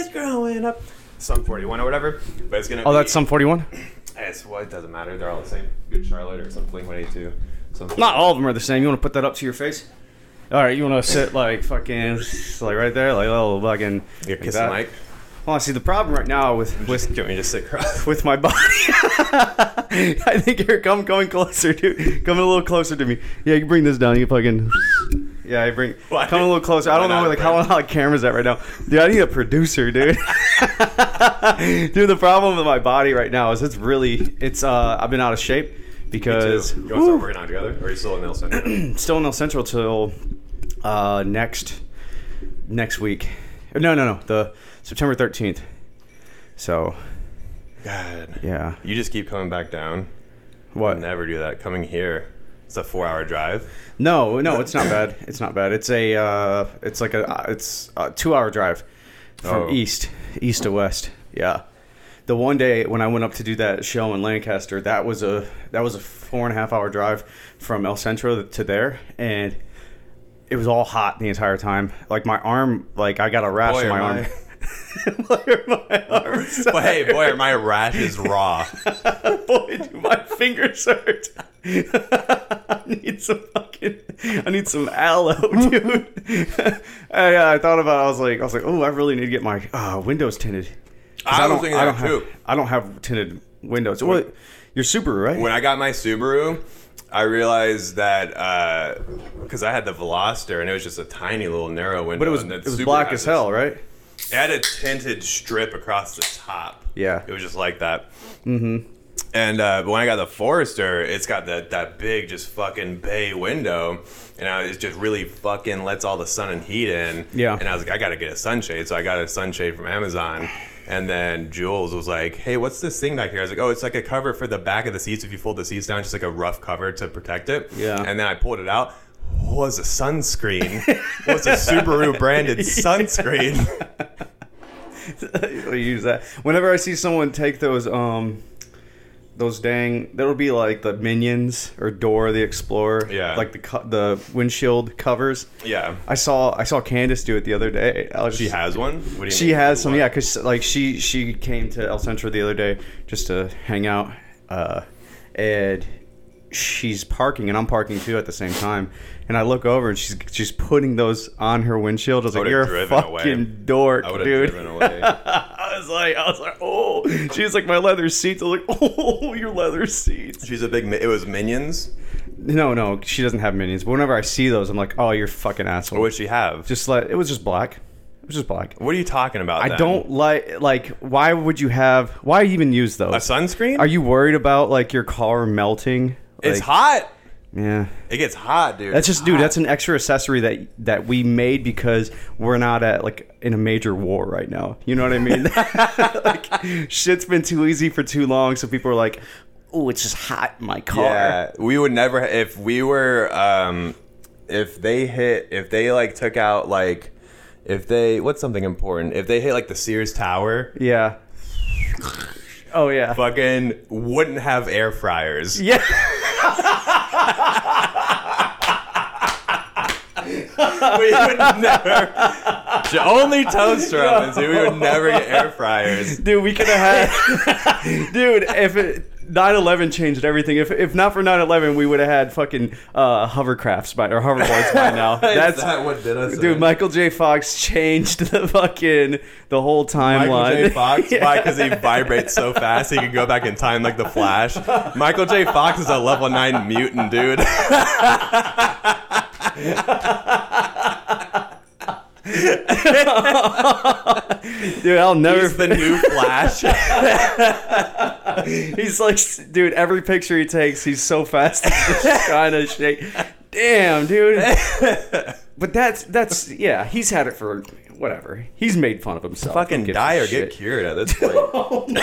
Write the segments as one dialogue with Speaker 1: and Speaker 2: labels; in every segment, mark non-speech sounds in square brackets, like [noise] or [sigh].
Speaker 1: stand up? Some 41 or whatever. But it's gonna.
Speaker 2: Oh,
Speaker 1: be,
Speaker 2: that's some 41?
Speaker 1: It's well, it doesn't matter. They're all the same. Good Charlotte or some Blink 182. Something.
Speaker 2: Not all of them are the same. You want to put that up to your face? All right, you want to sit like fucking, like right there, like little fucking.
Speaker 1: You're
Speaker 2: like
Speaker 1: kissing
Speaker 2: that?
Speaker 1: Mike.
Speaker 2: Well, see, the problem right now with
Speaker 1: With, do you want me to sit
Speaker 2: [laughs]
Speaker 1: across?
Speaker 2: with my body, I think you're come coming closer, dude. Coming a little closer to me. Yeah, you bring this down. You fucking. Yeah, I bring.
Speaker 1: Why?
Speaker 2: Come a little closer. I
Speaker 1: Why
Speaker 2: don't know
Speaker 1: not,
Speaker 2: like how
Speaker 1: bro?
Speaker 2: how the camera's at right now, dude. I need a producer, dude. [laughs] dude, the problem with my body right now is it's really it's uh I've been out of shape because
Speaker 1: You want to start working out together? Or are you still in
Speaker 2: [clears throat]
Speaker 1: Nelson?
Speaker 2: still in El Central till uh, next next week. No, no, no, the September thirteenth. So
Speaker 1: God.
Speaker 2: yeah,
Speaker 1: You just keep coming back down.
Speaker 2: what?
Speaker 1: Never do that. Coming here, it's a four-hour drive.
Speaker 2: No, no, it's not bad. It's not bad. It's a uh, it's like a uh, it's a two hour drive from
Speaker 1: Oh.
Speaker 2: east east to west. Yeah. The one day when I went up to do that show in Lancaster, that was a that was a four and a half hour drive from El Centro to there, and it was all hot the entire time. Like my arm, like I got a rash
Speaker 1: Boy,
Speaker 2: on my
Speaker 1: am
Speaker 2: arm. [laughs]
Speaker 1: I-
Speaker 2: Boy, are
Speaker 1: [laughs]
Speaker 2: my arms.
Speaker 1: But hey, boy, are my rashes
Speaker 2: [laughs]
Speaker 1: raw.
Speaker 2: Boy, do my fingers hurt. [laughs] I need some fucking. I need some aloe, dude. [laughs] I, uh, I thought about. it. I was like, I was like, oh, I really need to get my uh, windows tinted. 'Cause
Speaker 1: I was thinking that
Speaker 2: don't have,
Speaker 1: too.
Speaker 2: I don't have tinted windows. Well, you're Subaru, right?
Speaker 1: when I got my Subaru, I realized that because I had the Veloster and it was just a tiny little narrow window.
Speaker 2: but it was
Speaker 1: and that
Speaker 2: it was
Speaker 1: Subaru
Speaker 2: black
Speaker 1: has
Speaker 2: as
Speaker 1: this-
Speaker 2: hell, right? [laughs]
Speaker 1: It had a tinted strip across the top.
Speaker 2: Yeah.
Speaker 1: it was just like that. Mm-hmm. And uh, but when I got the Forester, it's got that that big just fucking bay window, and I, it just really fucking lets all the sun and heat in.
Speaker 2: Yeah.
Speaker 1: And I was like, I gotta get a sunshade, so I got a sunshade from Amazon. And then Jules was like, "Hey, what's this thing back here?" I was like, "Oh, it's like a cover for the back of the seats. If you fold the seats down, just like a rough cover to protect it."
Speaker 2: Yeah.
Speaker 1: And then I pulled it out. Was a sunscreen. was a Subaru
Speaker 2: [laughs]
Speaker 1: branded sunscreen.
Speaker 2: I use that whenever I see someone take those um those dang that'll be like the minions or Dora the Explorer
Speaker 1: Yeah.
Speaker 2: like the co- the windshield covers
Speaker 1: Yeah.
Speaker 2: I saw I saw Candace do it the other day I was
Speaker 1: She
Speaker 2: just-
Speaker 1: has one. What do you
Speaker 2: she
Speaker 1: mean?
Speaker 2: has some
Speaker 1: What?
Speaker 2: yeah because like she she came to El Centro the other day just to hang out uh and she's parking and I'm parking too at the same time and I look over and she's she's putting those on her windshield I was like
Speaker 1: would've
Speaker 2: you're a
Speaker 1: driven away.
Speaker 2: fucking dork
Speaker 1: I would have
Speaker 2: dude
Speaker 1: driven away.
Speaker 2: [laughs] I was like, I was like, oh, she was like my leather seats. I was like, [laughs] oh, your leather seats.
Speaker 1: She's a big. mi- It was Minions.
Speaker 2: No, no, she doesn't have minions. But whenever I see those, I'm like, oh, you're a fucking asshole.
Speaker 1: What would she have?
Speaker 2: just like it was just black. It was just black.
Speaker 1: what are you talking about?
Speaker 2: I
Speaker 1: then?
Speaker 2: don't like like why would you have why even use those?
Speaker 1: A sunscreen?
Speaker 2: Are you worried about like your car melting?
Speaker 1: It's
Speaker 2: Like,
Speaker 1: hot.
Speaker 2: Yeah.
Speaker 1: It gets hot, dude.
Speaker 2: That's just, dude.
Speaker 1: Hot.
Speaker 2: That's an extra accessory that that we made because we're not at like in a major war right now. You know what I mean? [laughs] like, shit's been too easy for too long, so people are like, "Oh, it's just hot in my car."
Speaker 1: Yeah, we would never if we were um if they hit if they like took out like if they what's something important if they hit like the Sears Tower
Speaker 2: Yeah. Oh yeah.
Speaker 1: fucking wouldn't have air fryers. [laughs]
Speaker 2: Yeah.
Speaker 1: we would never. only toaster ovens. dude. We would never get air fryers.
Speaker 2: Dude, we could
Speaker 1: [laughs]
Speaker 2: have had. dude, if it. 9/11 changed everything. If, if not for 9/11, we would have had fucking uh, hovercrafts by or
Speaker 1: [laughs]
Speaker 2: hoverboards by now. That's
Speaker 1: Is that what did us.
Speaker 2: Dude, Michael J. Fox changed the fucking the whole timeline.
Speaker 1: Michael J. Fox, [laughs]
Speaker 2: [laughs]
Speaker 1: why? Because he vibrates so fast, he can go back in time like the Flash. Michael J. Fox is a level nine mutant, dude. [laughs]
Speaker 2: dude, I'll never.
Speaker 1: He's the new [laughs] Flash.
Speaker 2: [laughs] He's like, dude, every picture he takes, he's so fast,
Speaker 1: [laughs]
Speaker 2: it's just kind of shake. Damn, dude. But that's that's yeah. He's had it for whatever. He's made fun of himself.
Speaker 1: Fucking
Speaker 2: Who gives
Speaker 1: die
Speaker 2: a
Speaker 1: or
Speaker 2: shit?
Speaker 1: get cured at this [laughs] point.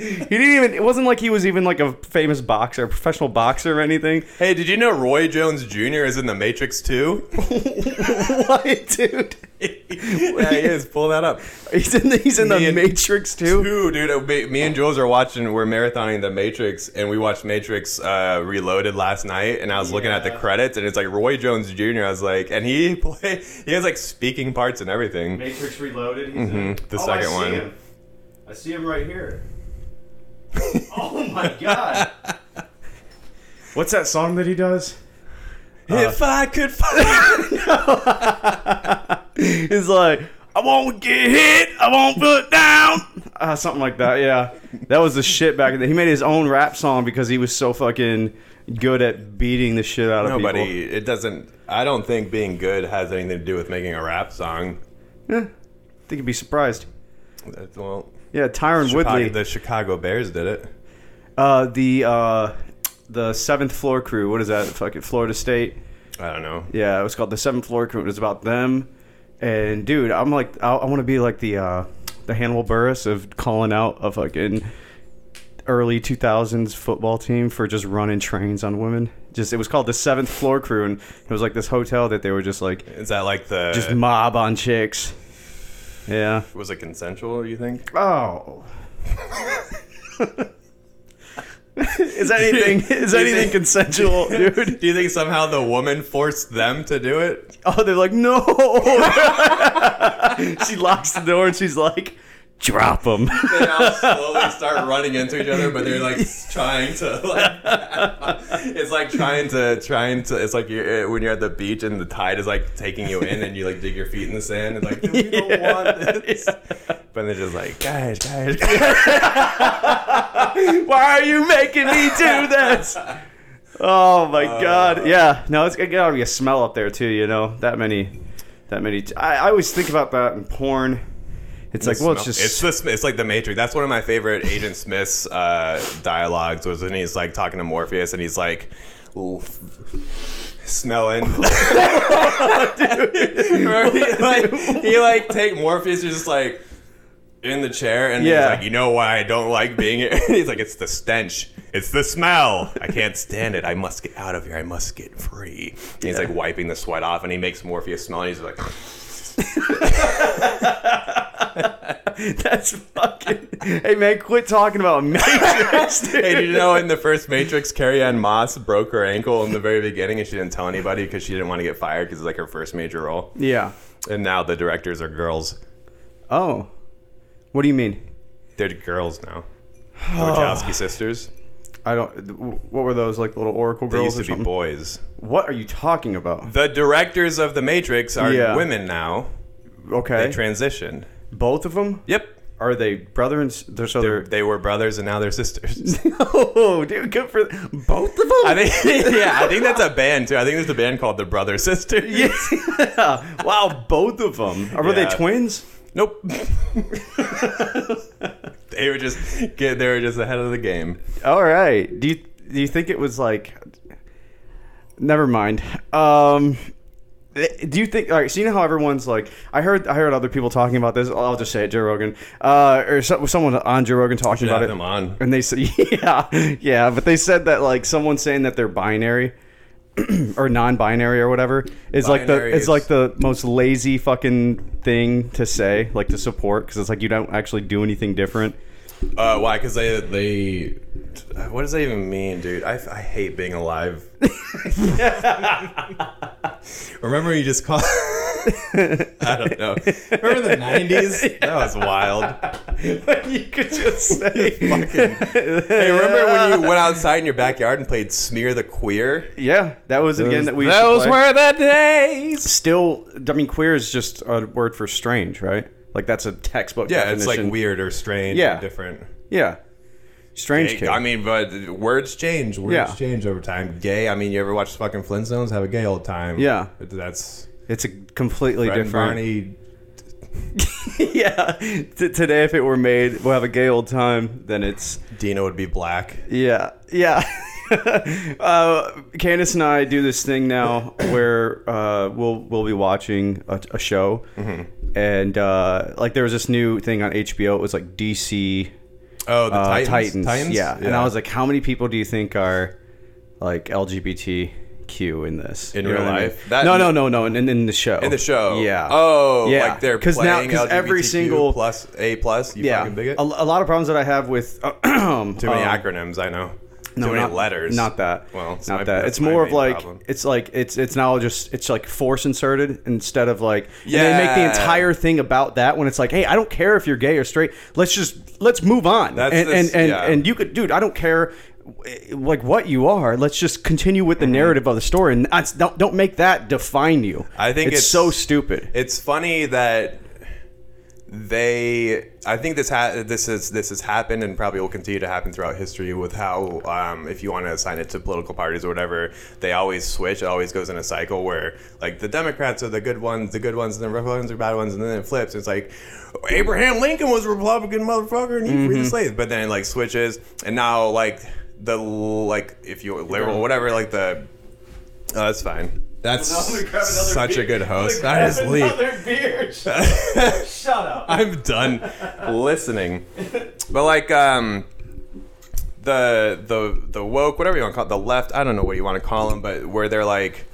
Speaker 2: He didn't even. It wasn't like he was even like a famous boxer, a professional boxer or [laughs] anything.
Speaker 1: hey, did you know Roy Jones Jr. is in The Matrix 2?
Speaker 2: Why, dude?
Speaker 1: [laughs] yeah, he is. Pull that up.
Speaker 2: He's in the, he's in
Speaker 1: Me
Speaker 2: the
Speaker 1: and-
Speaker 2: Matrix too.
Speaker 1: Two, dude. uh, Me me and Jules are watching. We're marathoning The Matrix, and we watched Matrix uh, Reloaded last night. And I was looking at the
Speaker 2: Yeah.
Speaker 1: credits, and it's like Roy Jones Jr. I was like, and he [laughs] play. He has like speaking parts and everything.
Speaker 2: Matrix Reloaded. He's
Speaker 1: in- the Oh, I second see one. him.
Speaker 2: I see him right here. oh my god. [laughs] What's that song that he does?
Speaker 1: if
Speaker 2: uh,
Speaker 1: I could find. [laughs]
Speaker 2: He's like, I won't get hit, I won't put down. Uh, something like that, yeah. That was the shit back in the He made his own rap song because he was so fucking good at beating the shit out of [laughs] people.
Speaker 1: Nobody. It doesn't. I don't think being good has anything to do with making a rap song.
Speaker 2: I think you'd be surprised.
Speaker 1: That's- Well,
Speaker 2: Yeah, Tyron
Speaker 1: Chicago,
Speaker 2: Woodley.
Speaker 1: the Chicago Bears did it.
Speaker 2: Uh, the uh, the seventh floor crew. What is that? Fucking Florida State.
Speaker 1: I don't know.
Speaker 2: Yeah, it was called the seventh floor crew. It was about them. And dude, I'm like, I, I want to be like the uh, the Hannibal Burris of calling out a fucking early 2000s football team for just running trains on women. Just it was called the seventh floor crew, and it was like this hotel that they were just like
Speaker 1: Is that like the
Speaker 2: just mob on chicks. Yeah.
Speaker 1: was it consensual? You
Speaker 2: [laughs]
Speaker 1: think? [laughs]
Speaker 2: Oh. is anything is
Speaker 1: [laughs]
Speaker 2: anything consensual, dude?
Speaker 1: Do you think somehow the woman forced them to do it?
Speaker 2: Oh, they're like, no. [laughs] she locks the door and she's like, drop them.
Speaker 1: They all slowly start running into each other, but they're like trying to. Like, [laughs] it's like trying to trying to. It's like you're, when you're at the beach and the tide is like taking you in, and you like dig your feet in the sand. It's like we don't want this. But they're just like, guys, guys.
Speaker 2: [laughs] Why are you making me do this? Oh my
Speaker 1: Uh.
Speaker 2: god. Yeah. No, it's gotta be a smell up there too, you know. That many that many t- I, I always think about that in porn. It's like, well, it's just
Speaker 1: it's the Sm- it's like the Matrix. That's one of my favorite Agent Smith's uh, dialogues was when he's like talking to Morpheus and he's like, "Ooh, smelling." [laughs] Remember, he, like he like take Morpheus is just like in the chair and
Speaker 2: Yeah.
Speaker 1: he's like, "You know why I don't like being here?" [laughs] he's like, "It's the stench. It's the smell. I can't stand it. I must get out of here. I must get free." And he's like wiping the sweat off and he makes Morpheus smell and he's like.
Speaker 2: [laughs] That's fucking. Hey man, quit talking about [laughs] Matrix,
Speaker 1: [laughs]
Speaker 2: dude.
Speaker 1: Hey, did you know in the first Matrix, Carrie Ann Moss broke her ankle in the very beginning and she didn't tell anybody because she didn't want to get fired because it's like her first major role.
Speaker 2: Yeah.
Speaker 1: And now the directors are girls.
Speaker 2: Oh, what do you mean?
Speaker 1: They're girls
Speaker 2: [sighs]
Speaker 1: now. The Wachowski sisters.
Speaker 2: I don't. What were those like little oracle
Speaker 1: They
Speaker 2: girls
Speaker 1: used to
Speaker 2: or
Speaker 1: be
Speaker 2: something?
Speaker 1: boys.
Speaker 2: what are you talking about?
Speaker 1: The directors of the Matrix are
Speaker 2: Yeah.
Speaker 1: women now. They
Speaker 2: Okay,
Speaker 1: transitioned.
Speaker 2: both of them.
Speaker 1: Yep.
Speaker 2: Are they brother and s- they're so they're?
Speaker 1: They were brothers and now they're
Speaker 2: [laughs]
Speaker 1: sisters.
Speaker 2: oh, dude, good for both of them.
Speaker 1: I think, [laughs] yeah, I think that's a band too. I think there's a band called the Brother Sisters.
Speaker 2: [laughs] yeah. Wow, both of them. Are were they
Speaker 1: Yeah.
Speaker 2: twins?
Speaker 1: Nope. [laughs] they were just get. They were just ahead of the game.
Speaker 2: All right. Do you do you think it was like? Never mind. Um, eh, do you think? All right. So you know how everyone's like. I heard. I heard other people talking about this. I'll just say it. Joe Rogan, uh, or so, someone on Joe Rogan talking about
Speaker 1: Have
Speaker 2: it,
Speaker 1: them on.
Speaker 2: and they said, [laughs] yeah, yeah. But they said that like someone saying that they're binary. [clears throat] or non-binary or whatever is like the
Speaker 1: Binary
Speaker 2: it's
Speaker 1: is-
Speaker 2: like the most lazy fucking thing to say like to support because it's like you don't actually do anything
Speaker 1: [laughs]
Speaker 2: different
Speaker 1: Uh, why? Because they they. What does that even mean, dude? I, I hate being
Speaker 2: [laughs]
Speaker 1: alive. Remember, you just call. [laughs] I don't know. Remember the
Speaker 2: [laughs]
Speaker 1: nineties? That was wild.
Speaker 2: you could just [laughs] say
Speaker 1: Hey, remember when you went outside in your backyard and played Smear the Queer?
Speaker 2: [laughs] yeah that was it again that we used to play.
Speaker 1: the days.
Speaker 2: still i mean queer is just a word for strange right like that's a textbook
Speaker 1: Yeah, it's
Speaker 2: definition.
Speaker 1: like weird or strange,
Speaker 2: Yeah.
Speaker 1: or different.
Speaker 2: yeah strange
Speaker 1: Hey,
Speaker 2: kid
Speaker 1: I mean, but words change. Words
Speaker 2: Yeah.
Speaker 1: change over time. Gay. I mean, you ever watch fucking Flintstones? Have a gay old time.
Speaker 2: Yeah.
Speaker 1: that's
Speaker 2: it's a completely
Speaker 1: Fred and
Speaker 2: different
Speaker 1: Barney.
Speaker 2: [laughs] yeah T- today if it were made we'll have a gay old time then it's
Speaker 1: Dino would be black.
Speaker 2: Yeah, yeah. [laughs] uh, Candace and I do this thing now where uh, we'll we'll be watching a, a show,
Speaker 1: Mm-hmm.
Speaker 2: and uh, like there was this new thing on HBO. It was like DC
Speaker 1: Oh, the
Speaker 2: uh,
Speaker 1: Titans.
Speaker 2: Titans. Yeah. and I was like, how many people do you think are like LGBTQ Q in this
Speaker 1: In
Speaker 2: You know
Speaker 1: real
Speaker 2: what I mean?
Speaker 1: life? That-
Speaker 2: no, no, no, no, and in, in the show.
Speaker 1: in the show.
Speaker 2: Yeah.
Speaker 1: Oh,
Speaker 2: Yeah.
Speaker 1: Like they're
Speaker 2: 'Cause
Speaker 1: because
Speaker 2: now-
Speaker 1: now
Speaker 2: 'cause every
Speaker 1: every
Speaker 2: single-
Speaker 1: single plus a plus. You
Speaker 2: yeah.
Speaker 1: fucking bigot.
Speaker 2: A, a lot of problems that I have with uh, [clears throat]
Speaker 1: Too many
Speaker 2: um,
Speaker 1: acronyms. I know.
Speaker 2: No,
Speaker 1: Too many
Speaker 2: not,
Speaker 1: letters.
Speaker 2: Not that.
Speaker 1: Well, it's
Speaker 2: not
Speaker 1: my-
Speaker 2: that.
Speaker 1: that's
Speaker 2: It's
Speaker 1: my
Speaker 2: more of
Speaker 1: main
Speaker 2: like
Speaker 1: problem.
Speaker 2: it's like it's it's now just it's like force inserted instead of like. Yeah. they make the
Speaker 1: Yeah.
Speaker 2: entire thing about that when it's like, hey, I don't care if you're gay or straight. Let's just let's move on.
Speaker 1: That's
Speaker 2: and
Speaker 1: this-
Speaker 2: and and,
Speaker 1: yeah.
Speaker 2: and you could, dude. I don't care. eh, Like what you are, let's just continue
Speaker 1: Mm-hmm.
Speaker 2: with the narrative of the story, and that's, don't don't make that define you.
Speaker 1: I think
Speaker 2: it's,
Speaker 1: it's-
Speaker 2: so stupid.
Speaker 1: It's funny that they. I think this ha- this is this has happened and probably will continue to happen throughout history with how um, if you want to assign it to political parties or whatever, they always switch. It always goes in a cycle where like the Democrats are the good ones, the good ones, and the Republicans are bad ones, and then it flips. It's like Abraham Lincoln was a Republican motherfucker and he freed the slaves, but then it like switches and now like the like if you're liberal whatever like the oh, that's fine. That's such a good host. I just leave.
Speaker 3: beer.
Speaker 1: [laughs]
Speaker 3: Shut up.
Speaker 1: I'm done listening. But like um the the the woke, whatever you want to call it, the left, I don't know what you want to call them, but where they're like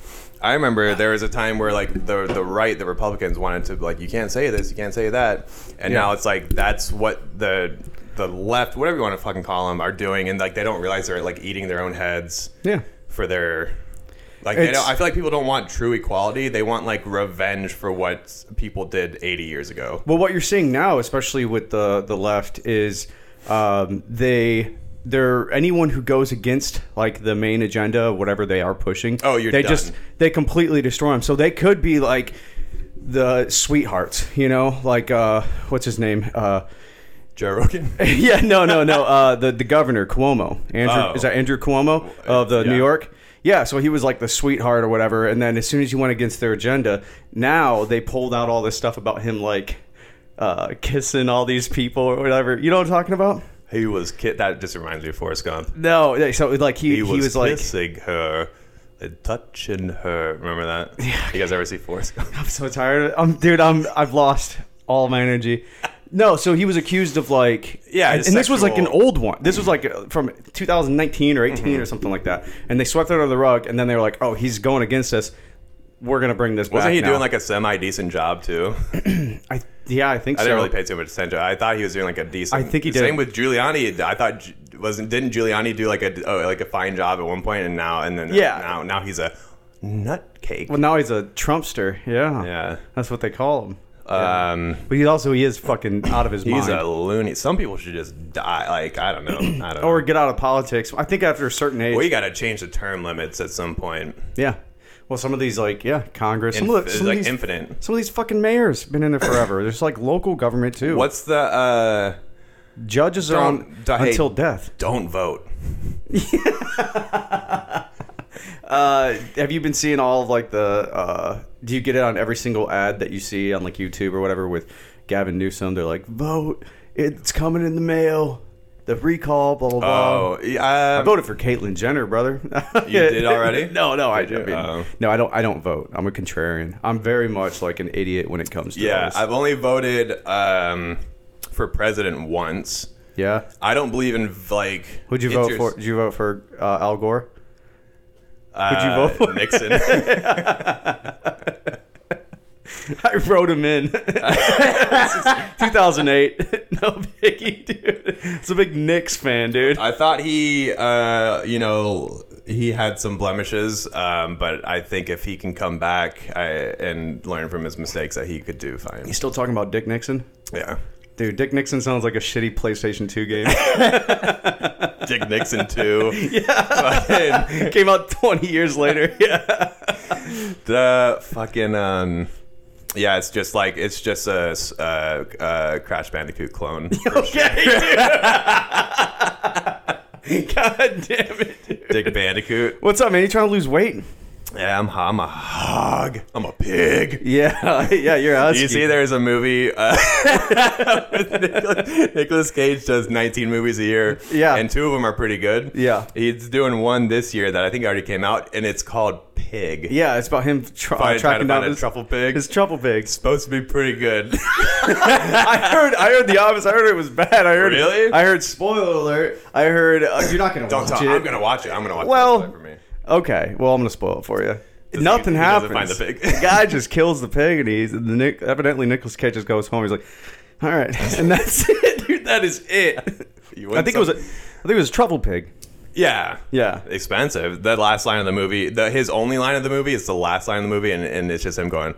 Speaker 1: I remember there was a time where like the the right, the Republicans wanted to like you can't say this, you can't say that. And now it's like that's what the the left, whatever you want to fucking call them, are doing and like they don't realize they're like eating their own heads
Speaker 2: yeah.
Speaker 1: for their like they
Speaker 2: It's-
Speaker 1: don't, I feel like people don't want true equality. They want like revenge for what people did 80 years ago.
Speaker 2: Well, what you're seeing now, especially with the the left, is um, they they're anyone who goes against like the main agenda, whatever they are pushing.
Speaker 1: Oh, you're
Speaker 2: they
Speaker 1: done.
Speaker 2: just they completely destroy them. So they could be like the sweethearts, you know, like uh, what's his name? Uh,
Speaker 1: Joe [laughs] Rogan.
Speaker 2: [laughs] yeah, no, no, no. Uh, the the governor Cuomo, Andrew
Speaker 1: Oh.
Speaker 2: is that Andrew Cuomo of the New
Speaker 1: Yeah.
Speaker 2: York? Yeah, so he was like the sweetheart or whatever, and then as soon as he went against their agenda, now they pulled out all this stuff about him like uh, kissing all these people or whatever. You know what I'm talking about?
Speaker 1: He was kid. That just reminds me of Forrest Gump.
Speaker 2: No, yeah, so like he he was, like
Speaker 1: kissing her, and touching her. Remember that? You guys ever see Forrest Gump?
Speaker 2: I'm so tired. Of it. I'm dude. I'm I've lost all my energy. No, so he was accused of like
Speaker 1: Yeah,
Speaker 2: and,
Speaker 1: it's
Speaker 2: and this was like an
Speaker 1: sexual- Mm-hmm.
Speaker 2: old one. This was like uh, from 2019 or 18 or something like that. And they swept it under the rug, and then they were like, "Oh, he's going against us. We're gonna bring this back."
Speaker 1: Wasn't he
Speaker 2: now."
Speaker 1: doing like a semi decent job too?
Speaker 2: I, yeah, I think
Speaker 1: I
Speaker 2: so.
Speaker 1: didn't really pay too much attention. I thought he was doing like a decent.
Speaker 2: I think he did.
Speaker 1: Same with Giuliani. I thought Gi- wasn't didn't Giuliani do like a oh, like a fine job at one point and now and then
Speaker 2: Yeah.
Speaker 1: now now he's a nutcake.
Speaker 2: well, now he's a Trumpster. Yeah,
Speaker 1: yeah.
Speaker 2: that's what they call him.
Speaker 1: Um,
Speaker 2: But he's also he is fucking [coughs] out of his
Speaker 1: he's
Speaker 2: mind.
Speaker 1: a loony. Some people should just die. Like I don't know.
Speaker 2: [clears throat]
Speaker 1: I don't.
Speaker 2: or
Speaker 1: know.
Speaker 2: get out of politics. I think after a certain age,
Speaker 1: We got to change the term limits at some point.
Speaker 2: yeah. Well, some of these like yeah, Congress, some of, the,
Speaker 1: Inf-
Speaker 2: some of
Speaker 1: like
Speaker 2: these
Speaker 1: infinite.
Speaker 2: Some of these fucking mayors been in there forever. There's like local government too.
Speaker 1: What's the uh
Speaker 2: judges are on
Speaker 1: Don't- hey.
Speaker 2: until death?
Speaker 1: don't vote?
Speaker 2: Uh, have you been seeing all of like the? Uh, do you get it on every single ad that you see on like YouTube or whatever with Gavin Newsom? They're like, vote. It's coming in the mail. The recall. Blah blah blah.
Speaker 1: Oh, yeah,
Speaker 2: I Um, voted for Caitlyn Jenner, brother.
Speaker 1: You
Speaker 2: [laughs]
Speaker 1: did already?
Speaker 2: no, no, I,
Speaker 1: Did you?
Speaker 2: I mean,
Speaker 1: Oh.
Speaker 2: no, I don't. I don't vote. I'm a contrarian. I'm very much like an idiot when it comes to
Speaker 1: yeah.
Speaker 2: this.
Speaker 1: I've only voted um for president once.
Speaker 2: yeah.
Speaker 1: I don't believe in like.
Speaker 2: Who'd you
Speaker 1: it's
Speaker 2: vote
Speaker 1: your-
Speaker 2: for? Did you vote for uh, Al Gore?
Speaker 1: Uh,
Speaker 2: you vote for? [laughs]
Speaker 1: Nixon?
Speaker 2: I wrote him [laughs] in. 2008. [laughs] No biggie, dude. It's a big Knicks fan, dude.
Speaker 1: I thought he, uh, you know, he had some blemishes, um, but I think if he can come back I, and learn from his mistakes, that he could do fine.
Speaker 2: You still talking about Dick Nixon?
Speaker 1: Yeah,
Speaker 2: Dude, Dick Nixon sounds like a shitty PlayStation 2 game. [laughs]
Speaker 1: Dick Nixon too. [laughs] yeah.
Speaker 2: it came out 20 years later. [laughs] Yeah.
Speaker 1: the fucking um yeah it's just like it's just a, s- uh uh crash bandicoot clone
Speaker 2: Okay, dude. [laughs] God damn it, dude.
Speaker 1: dick bandicoot
Speaker 2: What's up, man? You trying to lose weight?
Speaker 1: yeah I'm, I'm a hog i'm a pig
Speaker 2: Yeah, [laughs] yeah, you're us.
Speaker 1: you see there's a movie uh, [laughs] nicholas cage does 19 movies a year
Speaker 2: Yeah.
Speaker 1: and two of them are pretty good
Speaker 2: Yeah.
Speaker 1: he's doing one this year that i think already came out and it's called pig
Speaker 2: Yeah, it's about him tra-
Speaker 1: Probably trying to
Speaker 2: tracking down
Speaker 1: find a
Speaker 2: his
Speaker 1: truffle pig.
Speaker 2: His truffle pigs.
Speaker 1: supposed to be pretty
Speaker 2: [laughs]
Speaker 1: good
Speaker 2: I heard. I heard the office. I heard it was bad. I heard.
Speaker 1: Really?
Speaker 2: I heard. Spoiler alert. I heard. Uh, you're not gonna
Speaker 1: don't
Speaker 2: watch
Speaker 1: talk
Speaker 2: it.
Speaker 1: i'm gonna watch it i'm gonna watch
Speaker 2: Well,
Speaker 1: it for me [laughs]
Speaker 2: Okay, well I'm gonna spoil it for you.
Speaker 1: Does
Speaker 2: Nothing
Speaker 1: he- he doesn't
Speaker 2: happens.
Speaker 1: find the pig.
Speaker 2: guy just kills the pig, and he's and the Nick, evidently Nicholas Cage just goes home. He's like, all right, [laughs] and
Speaker 1: [laughs]
Speaker 2: that's it, dude. That is it. [laughs]
Speaker 1: You
Speaker 2: I
Speaker 1: want
Speaker 2: think it was a, I
Speaker 1: some-
Speaker 2: think it was a truffle pig.
Speaker 1: Yeah.
Speaker 2: Yeah.
Speaker 1: Expensive. That last line of the movie, the, his only line of the movie, is the last line of the movie, and, and it's just him going,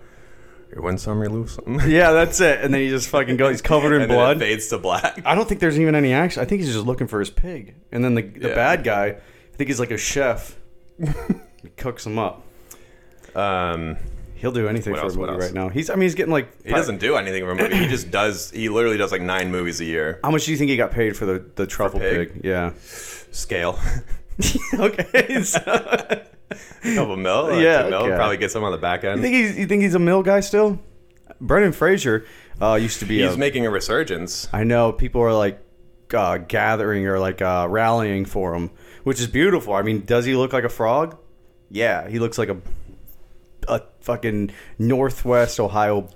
Speaker 1: "You win some, you lose some."
Speaker 2: Yeah, that's it. And then he just fucking goes. He's covered in
Speaker 1: [laughs] and then it
Speaker 2: blood.
Speaker 1: fades to black.
Speaker 2: I don't think there's even any action. I think he's just looking for his pig. And then the, the
Speaker 1: Yeah.
Speaker 2: bad guy, I think he's like
Speaker 1: [laughs]
Speaker 2: a chef. he cooks him up.
Speaker 1: Um,
Speaker 2: He'll do anything
Speaker 1: What
Speaker 2: for
Speaker 1: else,
Speaker 2: a
Speaker 1: what
Speaker 2: movie
Speaker 1: else?
Speaker 2: right now. He's I mean he's getting like
Speaker 1: he doesn't do anything for a movie. He just does. He literally does like nine movies a year.
Speaker 2: How much do you think he got paid for the the truffle
Speaker 1: pig?
Speaker 2: pig? Yeah. [laughs]
Speaker 1: Scale. [laughs]
Speaker 2: okay. [laughs] So,
Speaker 1: Couple mil. like,
Speaker 2: Yeah,
Speaker 1: two mil,
Speaker 2: okay.
Speaker 1: Probably get some on the back
Speaker 2: you
Speaker 1: end.
Speaker 2: think he's you think he's a mill guy still? Brendan Fraser uh, used to be.
Speaker 1: He's
Speaker 2: a,
Speaker 1: making a resurgence.
Speaker 2: I know people are like uh, gathering or like uh, rallying for him, which is beautiful. I mean, does he look like a frog? Yeah, he looks like a a fucking northwest Ohio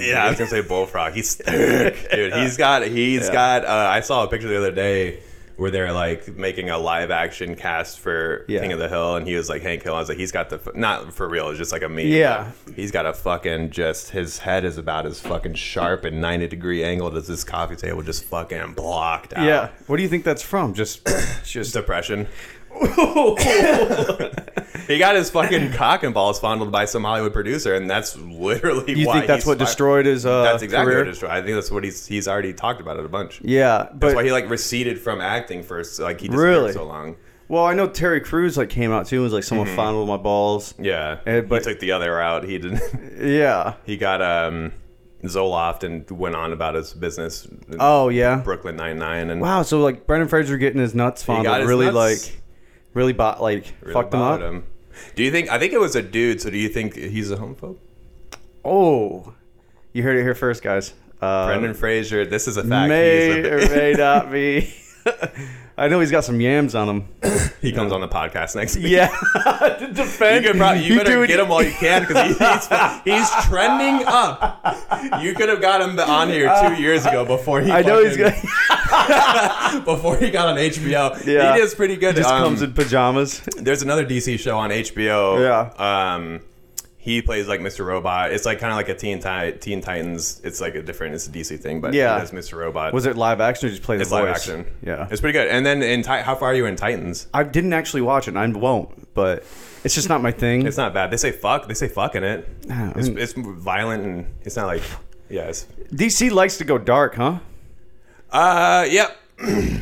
Speaker 1: [laughs] Yeah, I was gonna say bullfrog. He's
Speaker 2: [laughs]
Speaker 1: thick, dude. He's got he's got. Uh, I saw a picture the other day where they're like making a live action cast for
Speaker 2: Yeah.
Speaker 1: King of the Hill, and he was like Hank Hill. I was like, he's got the f- not for real. It's just like a meme.
Speaker 2: Yeah.
Speaker 1: he's got a fucking just his head is about as fucking sharp and ninety degree angle as this coffee table just fucking blocked out.
Speaker 2: Yeah. What do you think that's
Speaker 1: [coughs]
Speaker 2: from? Just just [laughs]
Speaker 1: depression. he got his fucking cock and balls fondled by some Hollywood producer, and that's literally
Speaker 2: you
Speaker 1: why
Speaker 2: think that's
Speaker 1: he's
Speaker 2: what
Speaker 1: fi-
Speaker 2: destroyed his uh,
Speaker 1: that's exactly
Speaker 2: career?
Speaker 1: what destroyed. I think that's what he's he's already talked about it a bunch.
Speaker 2: yeah, but
Speaker 1: That's why he like receded from acting first. Like he just
Speaker 2: Really?
Speaker 1: so long.
Speaker 2: well, I know Terry Crews like came out too and was like
Speaker 1: Mm-hmm.
Speaker 2: someone fondled my balls.
Speaker 1: Yeah,
Speaker 2: Eh, but-
Speaker 1: he took the other route. He didn't. [laughs]
Speaker 2: Yeah.
Speaker 1: he got um Zoloft and went on about his business. in
Speaker 2: Oh yeah.
Speaker 1: Brooklyn Nine Nine and
Speaker 2: Wow. So like Brendan Fraser getting his nuts
Speaker 1: got
Speaker 2: fondled
Speaker 1: his
Speaker 2: really
Speaker 1: nuts.
Speaker 2: like really bought like
Speaker 1: really
Speaker 2: fucked him up.
Speaker 1: bothered him. Do you think? I think it was a dude. So do you think he's a homophobe?
Speaker 2: Uh, Oh, you heard it here first, guys. Uh,
Speaker 1: Brendan Fraser. This is a fact.
Speaker 2: may
Speaker 1: He's [laughs] a-
Speaker 2: or may not be. [laughs] I know he's got some yams on
Speaker 1: [laughs]
Speaker 2: him.
Speaker 1: he comes on the podcast next. week.
Speaker 2: Yeah, [laughs] to
Speaker 1: You,
Speaker 2: defend.
Speaker 1: could probably, you
Speaker 2: You
Speaker 1: better
Speaker 2: do it-
Speaker 1: get him while you can because he,
Speaker 2: [laughs]
Speaker 1: he's, he's trending up. You could have got him on here two years ago before he.
Speaker 2: I know he's
Speaker 1: fucking-
Speaker 2: gonna, he
Speaker 1: before he got on HBO.
Speaker 2: [laughs] Yeah.
Speaker 1: He is pretty good.
Speaker 2: just
Speaker 1: Um,
Speaker 2: comes in pajamas.
Speaker 1: there's another DC show on HBO. Yeah. Um, he plays like Mr. Robot. It's like kind of like a Teen, Ti- Teen Titans. It's like a different. It's a DC thing, but
Speaker 2: Yeah.
Speaker 1: yeah, it's Mr. Robot.
Speaker 2: Was it live action or just play the
Speaker 1: it's live
Speaker 2: voice?
Speaker 1: action?
Speaker 2: Yeah,
Speaker 1: it's pretty good. And then in Ti- how far are you in Titans?
Speaker 2: I didn't actually watch it. and I won't, but it's just not my thing.
Speaker 1: It's not bad. They say fuck. They say fuck in it.
Speaker 2: Yeah,
Speaker 1: It's,
Speaker 2: and-
Speaker 1: it's violent and it's not like yeah. It's,
Speaker 2: DC likes to go dark, huh?
Speaker 1: uh, yep.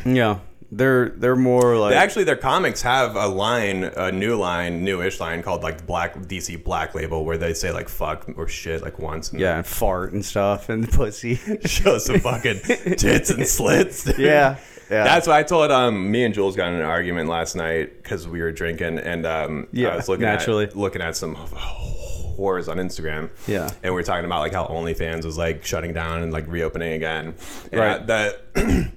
Speaker 2: Yeah, they're they're more like
Speaker 1: Actually, their comics have a line, a new line, newish line called like Black DC Black Label, where they say like fuck or shit like once. And [laughs]
Speaker 2: yeah, and fart and stuff and [laughs] pussy.
Speaker 1: shows some fucking tits and slits. dude.
Speaker 2: yeah, yeah.
Speaker 1: That's why I told um me and Jules got in an argument last night because we were drinking and um I
Speaker 2: Yeah,
Speaker 1: was looking
Speaker 2: naturally.
Speaker 1: at, looking at some whores on Instagram
Speaker 2: Yeah.
Speaker 1: and we are talking about like how OnlyFans was like shutting down and like reopening again and
Speaker 2: Right.
Speaker 1: I- that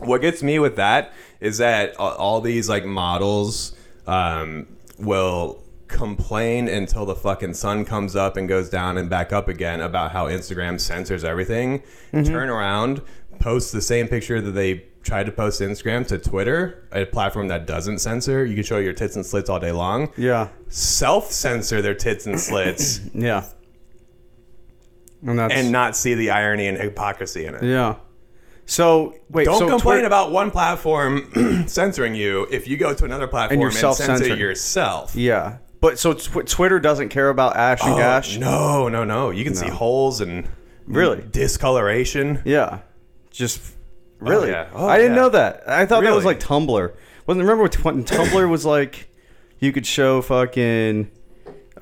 Speaker 1: what gets me with that is that a- all these like models um will complain until the fucking sun comes up and goes down and back up again about how Instagram censors everything turn around post the same picture that they tried to post to Instagram to Twitter a platform that doesn't censor you can show your tits and slits all day long
Speaker 2: yeah,
Speaker 1: self censor their tits and slits
Speaker 2: yeah. And that's
Speaker 1: and not see the irony and hypocrisy in it
Speaker 2: yeah. So wait,
Speaker 1: Don't
Speaker 2: so
Speaker 1: complain
Speaker 2: Twi-
Speaker 1: about one platform [clears throat] censoring you if you go to another platform
Speaker 2: you're
Speaker 1: and, censor
Speaker 2: self-censoring.
Speaker 1: yourself.
Speaker 2: Yeah, but so tw- Twitter doesn't care about ash and
Speaker 1: Oh,
Speaker 2: gash.
Speaker 1: No, no, no. You can see holes and
Speaker 2: Really?
Speaker 1: discoloration.
Speaker 2: Yeah, just really.
Speaker 1: yeah. Oh,
Speaker 2: I didn't
Speaker 1: yeah.
Speaker 2: know that. I thought that was
Speaker 1: Really?
Speaker 2: like Tumblr. Wasn't remember what when Tumblr was like? You could show fucking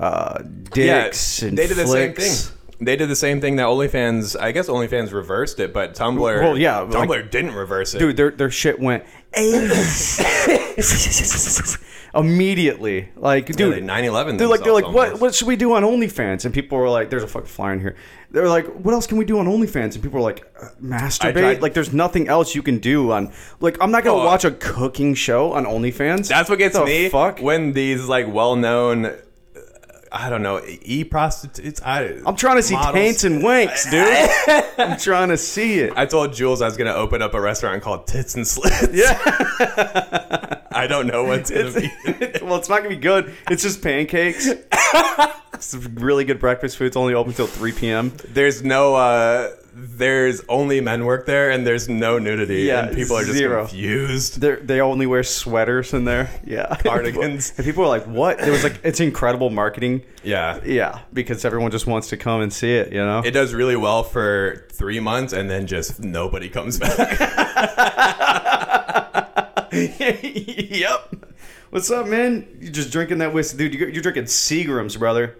Speaker 2: uh, dicks and
Speaker 1: they did the same
Speaker 2: flicks.
Speaker 1: thing. They did the same thing that OnlyFans. I guess OnlyFans reversed it, but Tumblr.
Speaker 2: Well, yeah,
Speaker 1: Tumblr
Speaker 2: like-
Speaker 1: didn't reverse it.
Speaker 2: dude their, their
Speaker 1: [laughs]
Speaker 2: shit went [laughs] immediately like dude
Speaker 1: they 9/11
Speaker 2: they're like they're like
Speaker 1: themselves
Speaker 2: what
Speaker 1: almost.
Speaker 2: what should we do on OnlyFans and people were like there's a fucking fly in here they're like what else can we do on OnlyFans and people were like "Uh, masturbate
Speaker 1: tried-
Speaker 2: like there's nothing else you can do on like I'm not gonna
Speaker 1: Oh,
Speaker 2: watch a cooking show on OnlyFans
Speaker 1: That's what gets
Speaker 2: The
Speaker 1: me.
Speaker 2: fuck
Speaker 1: When these like well-known, uh, I don't know, e prostitutes.
Speaker 2: I'm trying to see
Speaker 1: [laughs]
Speaker 2: taints and winks dude I'm trying to see it [laughs]
Speaker 1: I told Jules I was gonna open up a restaurant called Tits and Slits.
Speaker 2: yeah
Speaker 1: I I don't know what's gonna
Speaker 2: It's-
Speaker 1: be.
Speaker 2: well, it's not gonna be good. It's
Speaker 1: [laughs]
Speaker 2: just pancakes. it's really good breakfast food. It's only open till 3 p.m.
Speaker 1: There's no. uh There's only men work there, and there's no nudity.
Speaker 2: Yeah,
Speaker 1: and people are just
Speaker 2: zero.
Speaker 1: confused.
Speaker 2: They they only wear sweaters in there. Yeah,
Speaker 1: Cardigans.
Speaker 2: [laughs] and people are like, "What?" It was like it's incredible marketing.
Speaker 1: Yeah.
Speaker 2: Yeah, because everyone just wants to come and see it. You know.
Speaker 1: It does really well for three months, and then just nobody comes back. [laughs]
Speaker 2: [laughs] yep. What's up, man? You just drinking that whiskey, dude? You're, you're drinking Seagrams, brother.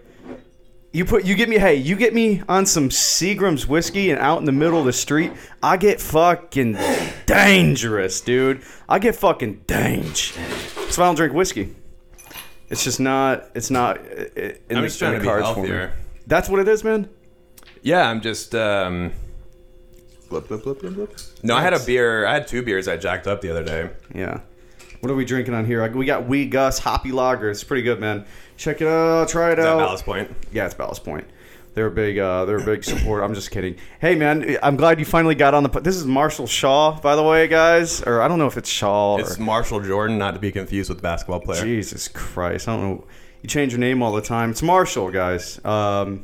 Speaker 2: You put you get me. Hey, you get me on some Seagrams whiskey and out in the middle of the street. I get fucking dangerous, dude. I get fucking dangerous. That's why I don't drink whiskey. It's just not. It's not. i- i- In
Speaker 1: I'm
Speaker 2: the,
Speaker 1: just trying
Speaker 2: in
Speaker 1: to
Speaker 2: the
Speaker 1: be
Speaker 2: cards for me.
Speaker 1: healthier.
Speaker 2: That's what it is, man.
Speaker 1: Yeah, I'm just. um blip, blip, blip, blip, blip. No, I had a beer. I had two beers. I jacked up the other day.
Speaker 2: Yeah. What are we drinking on here? Like, We got Wee Gus Hoppy Lager. It's pretty good, man. Check it out. Try it
Speaker 1: Is that
Speaker 2: out.
Speaker 1: Ballast Point?
Speaker 2: Yeah, it's Ballast Point. They're a big, uh, they're a big support. I'm just kidding. Hey, man, I'm glad you finally got on the. po- This is Marshall Shaw, by the way, guys. Or I don't know if it's Shaw. Or,
Speaker 1: It's Marshall Jordan, not to be confused with basketball player.
Speaker 2: Jesus Christ, I don't know. You change your name all the time. It's Marshall, guys. Um,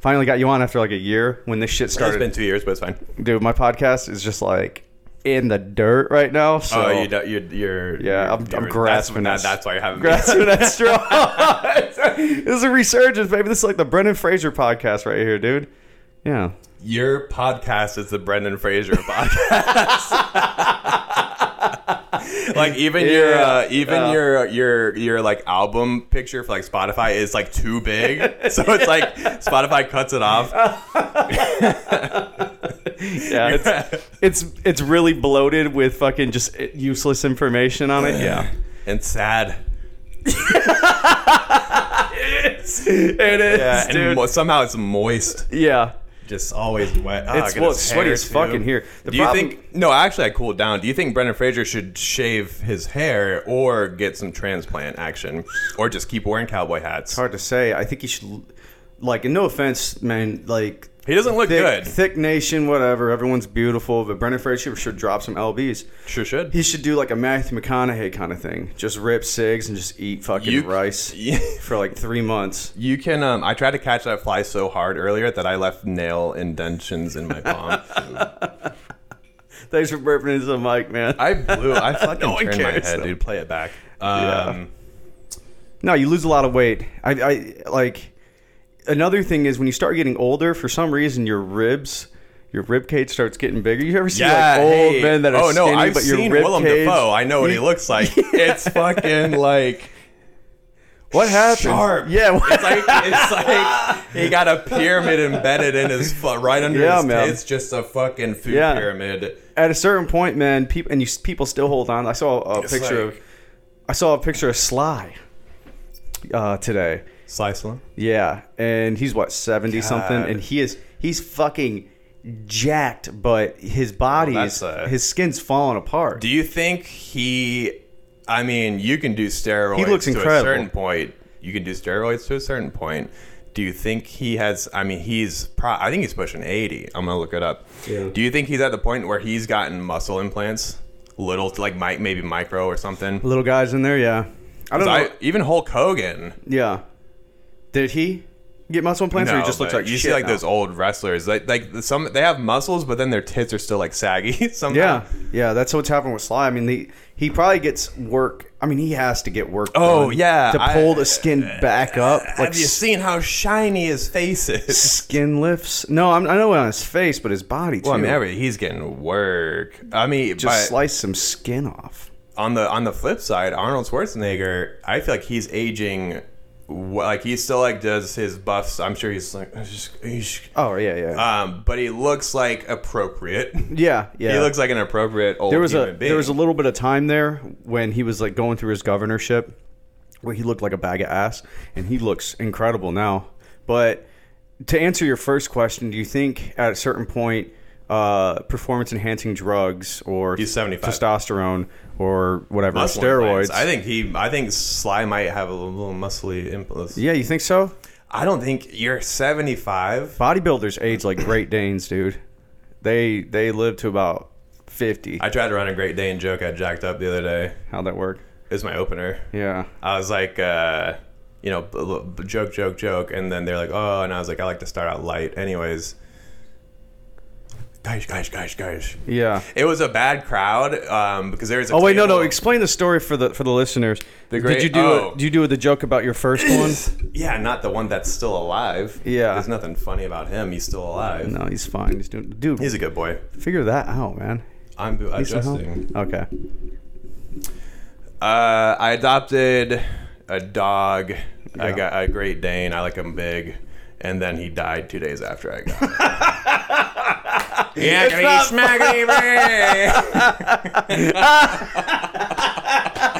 Speaker 2: finally got you on after like a year when this shit
Speaker 1: It's
Speaker 2: started.
Speaker 1: been two years, but it's fine.
Speaker 2: Dude, my podcast is just like in the dirt right now. So
Speaker 1: Oh, you don't, you're, you're.
Speaker 2: Yeah,
Speaker 1: you're-
Speaker 2: I'm- I'm
Speaker 1: you're-
Speaker 2: grasping
Speaker 1: That's,
Speaker 2: this.
Speaker 1: that, that's why you haven't.
Speaker 2: grasping at [laughs] straws. this is a resurgence, baby. This is like the Brendan Fraser podcast right here, dude. Yeah.
Speaker 1: [laughs] Your podcast is the Brendan Fraser podcast.
Speaker 2: [laughs]
Speaker 1: [laughs] like even your uh, even your your your like album picture for like Spotify is like too
Speaker 2: [laughs]
Speaker 1: big, so it's like Spotify cuts it off.
Speaker 2: Yeah, [laughs] it's,
Speaker 1: [laughs]
Speaker 2: it's it's really bloated with fucking just useless information on it. [laughs] Yeah,
Speaker 1: and sad.
Speaker 2: it is,
Speaker 1: Yeah, and
Speaker 2: dude.
Speaker 1: mo- somehow it's moist,
Speaker 2: yeah,
Speaker 1: just always wet. Ah,
Speaker 2: It's-
Speaker 1: I got
Speaker 2: well,
Speaker 1: his
Speaker 2: it's sweaty
Speaker 1: hair,
Speaker 2: as fuck in here. The
Speaker 1: Do you
Speaker 2: problem-
Speaker 1: think? No, actually, I cooled down. Do you think Brendan Fraser should shave his hair or get some transplant action, or just keep wearing cowboy hats?
Speaker 2: hard to say. I think you should, like, and no offense, man, like.
Speaker 1: He doesn't look
Speaker 2: Thick,
Speaker 1: good.
Speaker 2: thick nation, whatever. Everyone's beautiful, but Brendan Fraser should drop some lbs.
Speaker 1: Sure should.
Speaker 2: He should do like a Matthew McConaughey kind of thing. Just rip cigs and just eat fucking
Speaker 1: You- [laughs]
Speaker 2: rice for like three months.
Speaker 1: You can. Um, I tried to catch that fly so hard earlier that I left nail indentions in my palm.
Speaker 2: Thanks for burping into the mic, man.
Speaker 1: I blew. I fucking
Speaker 2: one
Speaker 1: turned my
Speaker 2: cares,
Speaker 1: head,
Speaker 2: though.
Speaker 1: dude. Play it back. Um,
Speaker 2: No, you lose a lot of weight. I, I like another thing is when you start getting older, for some reason your ribs, your rib cage starts getting bigger. You ever see
Speaker 1: yeah,
Speaker 2: like old
Speaker 1: hey.
Speaker 2: men that are
Speaker 1: oh no,
Speaker 2: skinny,
Speaker 1: I've
Speaker 2: but your
Speaker 1: seen
Speaker 2: rib
Speaker 1: Willem
Speaker 2: cage?
Speaker 1: Dafoe. I know what he looks like. It's fucking like
Speaker 2: What happened?
Speaker 1: sharp.
Speaker 2: [laughs] Yeah, what-
Speaker 1: it's like it's like he got a pyramid embedded in his fu- right under
Speaker 2: Yeah,
Speaker 1: his.
Speaker 2: man.
Speaker 1: It's just a fucking food
Speaker 2: Yeah.
Speaker 1: pyramid.
Speaker 2: at a certain point, man, people and you people still hold on. I saw a
Speaker 1: It's
Speaker 2: picture
Speaker 1: like-
Speaker 2: of, I saw a picture of Sly uh, today.
Speaker 1: Slice one.
Speaker 2: Yeah, and he's what seventy something,
Speaker 1: God.
Speaker 2: and he is he's fucking jacked, but his body
Speaker 1: Well,
Speaker 2: is
Speaker 1: that's a-
Speaker 2: his skin's falling apart.
Speaker 1: Do you think he? I mean, you can do steroids.
Speaker 2: He looks
Speaker 1: to
Speaker 2: incredible.
Speaker 1: a certain point. You can do steroids to a certain point. Do you think he has? I mean, he's. Pro, I think he's pushing eighty. I'm gonna look it up. Do you think he's at the point where he's gotten muscle implants, little like mi- maybe micro or something?
Speaker 2: Little guys in there, yeah. I don't know.
Speaker 1: I, even Hulk Hogan.
Speaker 2: Yeah. Did he get muscle implants, or he
Speaker 1: No,
Speaker 2: just looks
Speaker 1: but
Speaker 2: like
Speaker 1: you
Speaker 2: shit
Speaker 1: see like
Speaker 2: now?
Speaker 1: those old wrestlers. Like like some they have muscles, but then their tits are still like saggy. [laughs] somehow.
Speaker 2: Yeah, yeah. That's what's happened with Sly. I mean, the, he probably gets work. I mean, he has to get work.
Speaker 1: Oh,
Speaker 2: done
Speaker 1: yeah,
Speaker 2: to
Speaker 1: I- uh,
Speaker 2: pull the skin back up, like
Speaker 1: Have you
Speaker 2: s-
Speaker 1: seen how shiny his face is?
Speaker 2: skin lifts. No, I'm, I know on his face, but his body too.
Speaker 1: Well, I mean, every, he's getting work. I mean,
Speaker 2: just
Speaker 1: but
Speaker 2: slice some skin off.
Speaker 1: on the on the flip side, Arnold Schwarzenegger, I feel like he's aging. w- Like he still like does his buffs. I'm sure he's like, "Eesh."
Speaker 2: Oh yeah, yeah,
Speaker 1: um, but he looks like appropriate. [laughs]
Speaker 2: yeah, yeah.
Speaker 1: He looks like an appropriate old
Speaker 2: there was
Speaker 1: human
Speaker 2: a
Speaker 1: being.
Speaker 2: there was a little bit of time there when he was like going through his governorship where he looked like a bag of ass and he looks incredible now but to answer your first question do you think at a certain point uh, performance enhancing drugs or
Speaker 1: He's 75.
Speaker 2: testosterone or whatever
Speaker 1: Muscle
Speaker 2: steroids
Speaker 1: implants. I think he. I think Sly might have a little muscly implants.
Speaker 2: yeah you think so
Speaker 1: I don't think you're 75.
Speaker 2: bodybuilders age like great danes dude they they live to about 50
Speaker 1: I tried to run a Great Dane joke. I jacked up the other day.
Speaker 2: how'd that work
Speaker 1: is my opener.
Speaker 2: Yeah.
Speaker 1: I was like, uh, you know, b- l- b- joke, joke, joke, and then they're like, oh, and I was like, I like to start out light, anyways. Guys, guys, guys, guys.
Speaker 2: Yeah.
Speaker 1: It was a bad crowd um, because there was. A
Speaker 2: Oh wait, no, no.
Speaker 1: table-
Speaker 2: Explain the story for the for the listeners.
Speaker 1: great-
Speaker 2: did you do
Speaker 1: oh.
Speaker 2: did you do the joke about your first one?
Speaker 1: yeah, not the one that's still alive.
Speaker 2: Yeah.
Speaker 1: there's nothing funny about him. He's still alive.
Speaker 2: No, he's fine. He's doing dude.
Speaker 1: He's a good boy.
Speaker 2: figure that out, man.
Speaker 1: I'm bo-
Speaker 2: Need some help?
Speaker 1: adjusting.
Speaker 2: Okay.
Speaker 1: Uh, I adopted a dog. I got a Great Dane. I like him big. And then he died two days after I got him. Yakety smackety bang.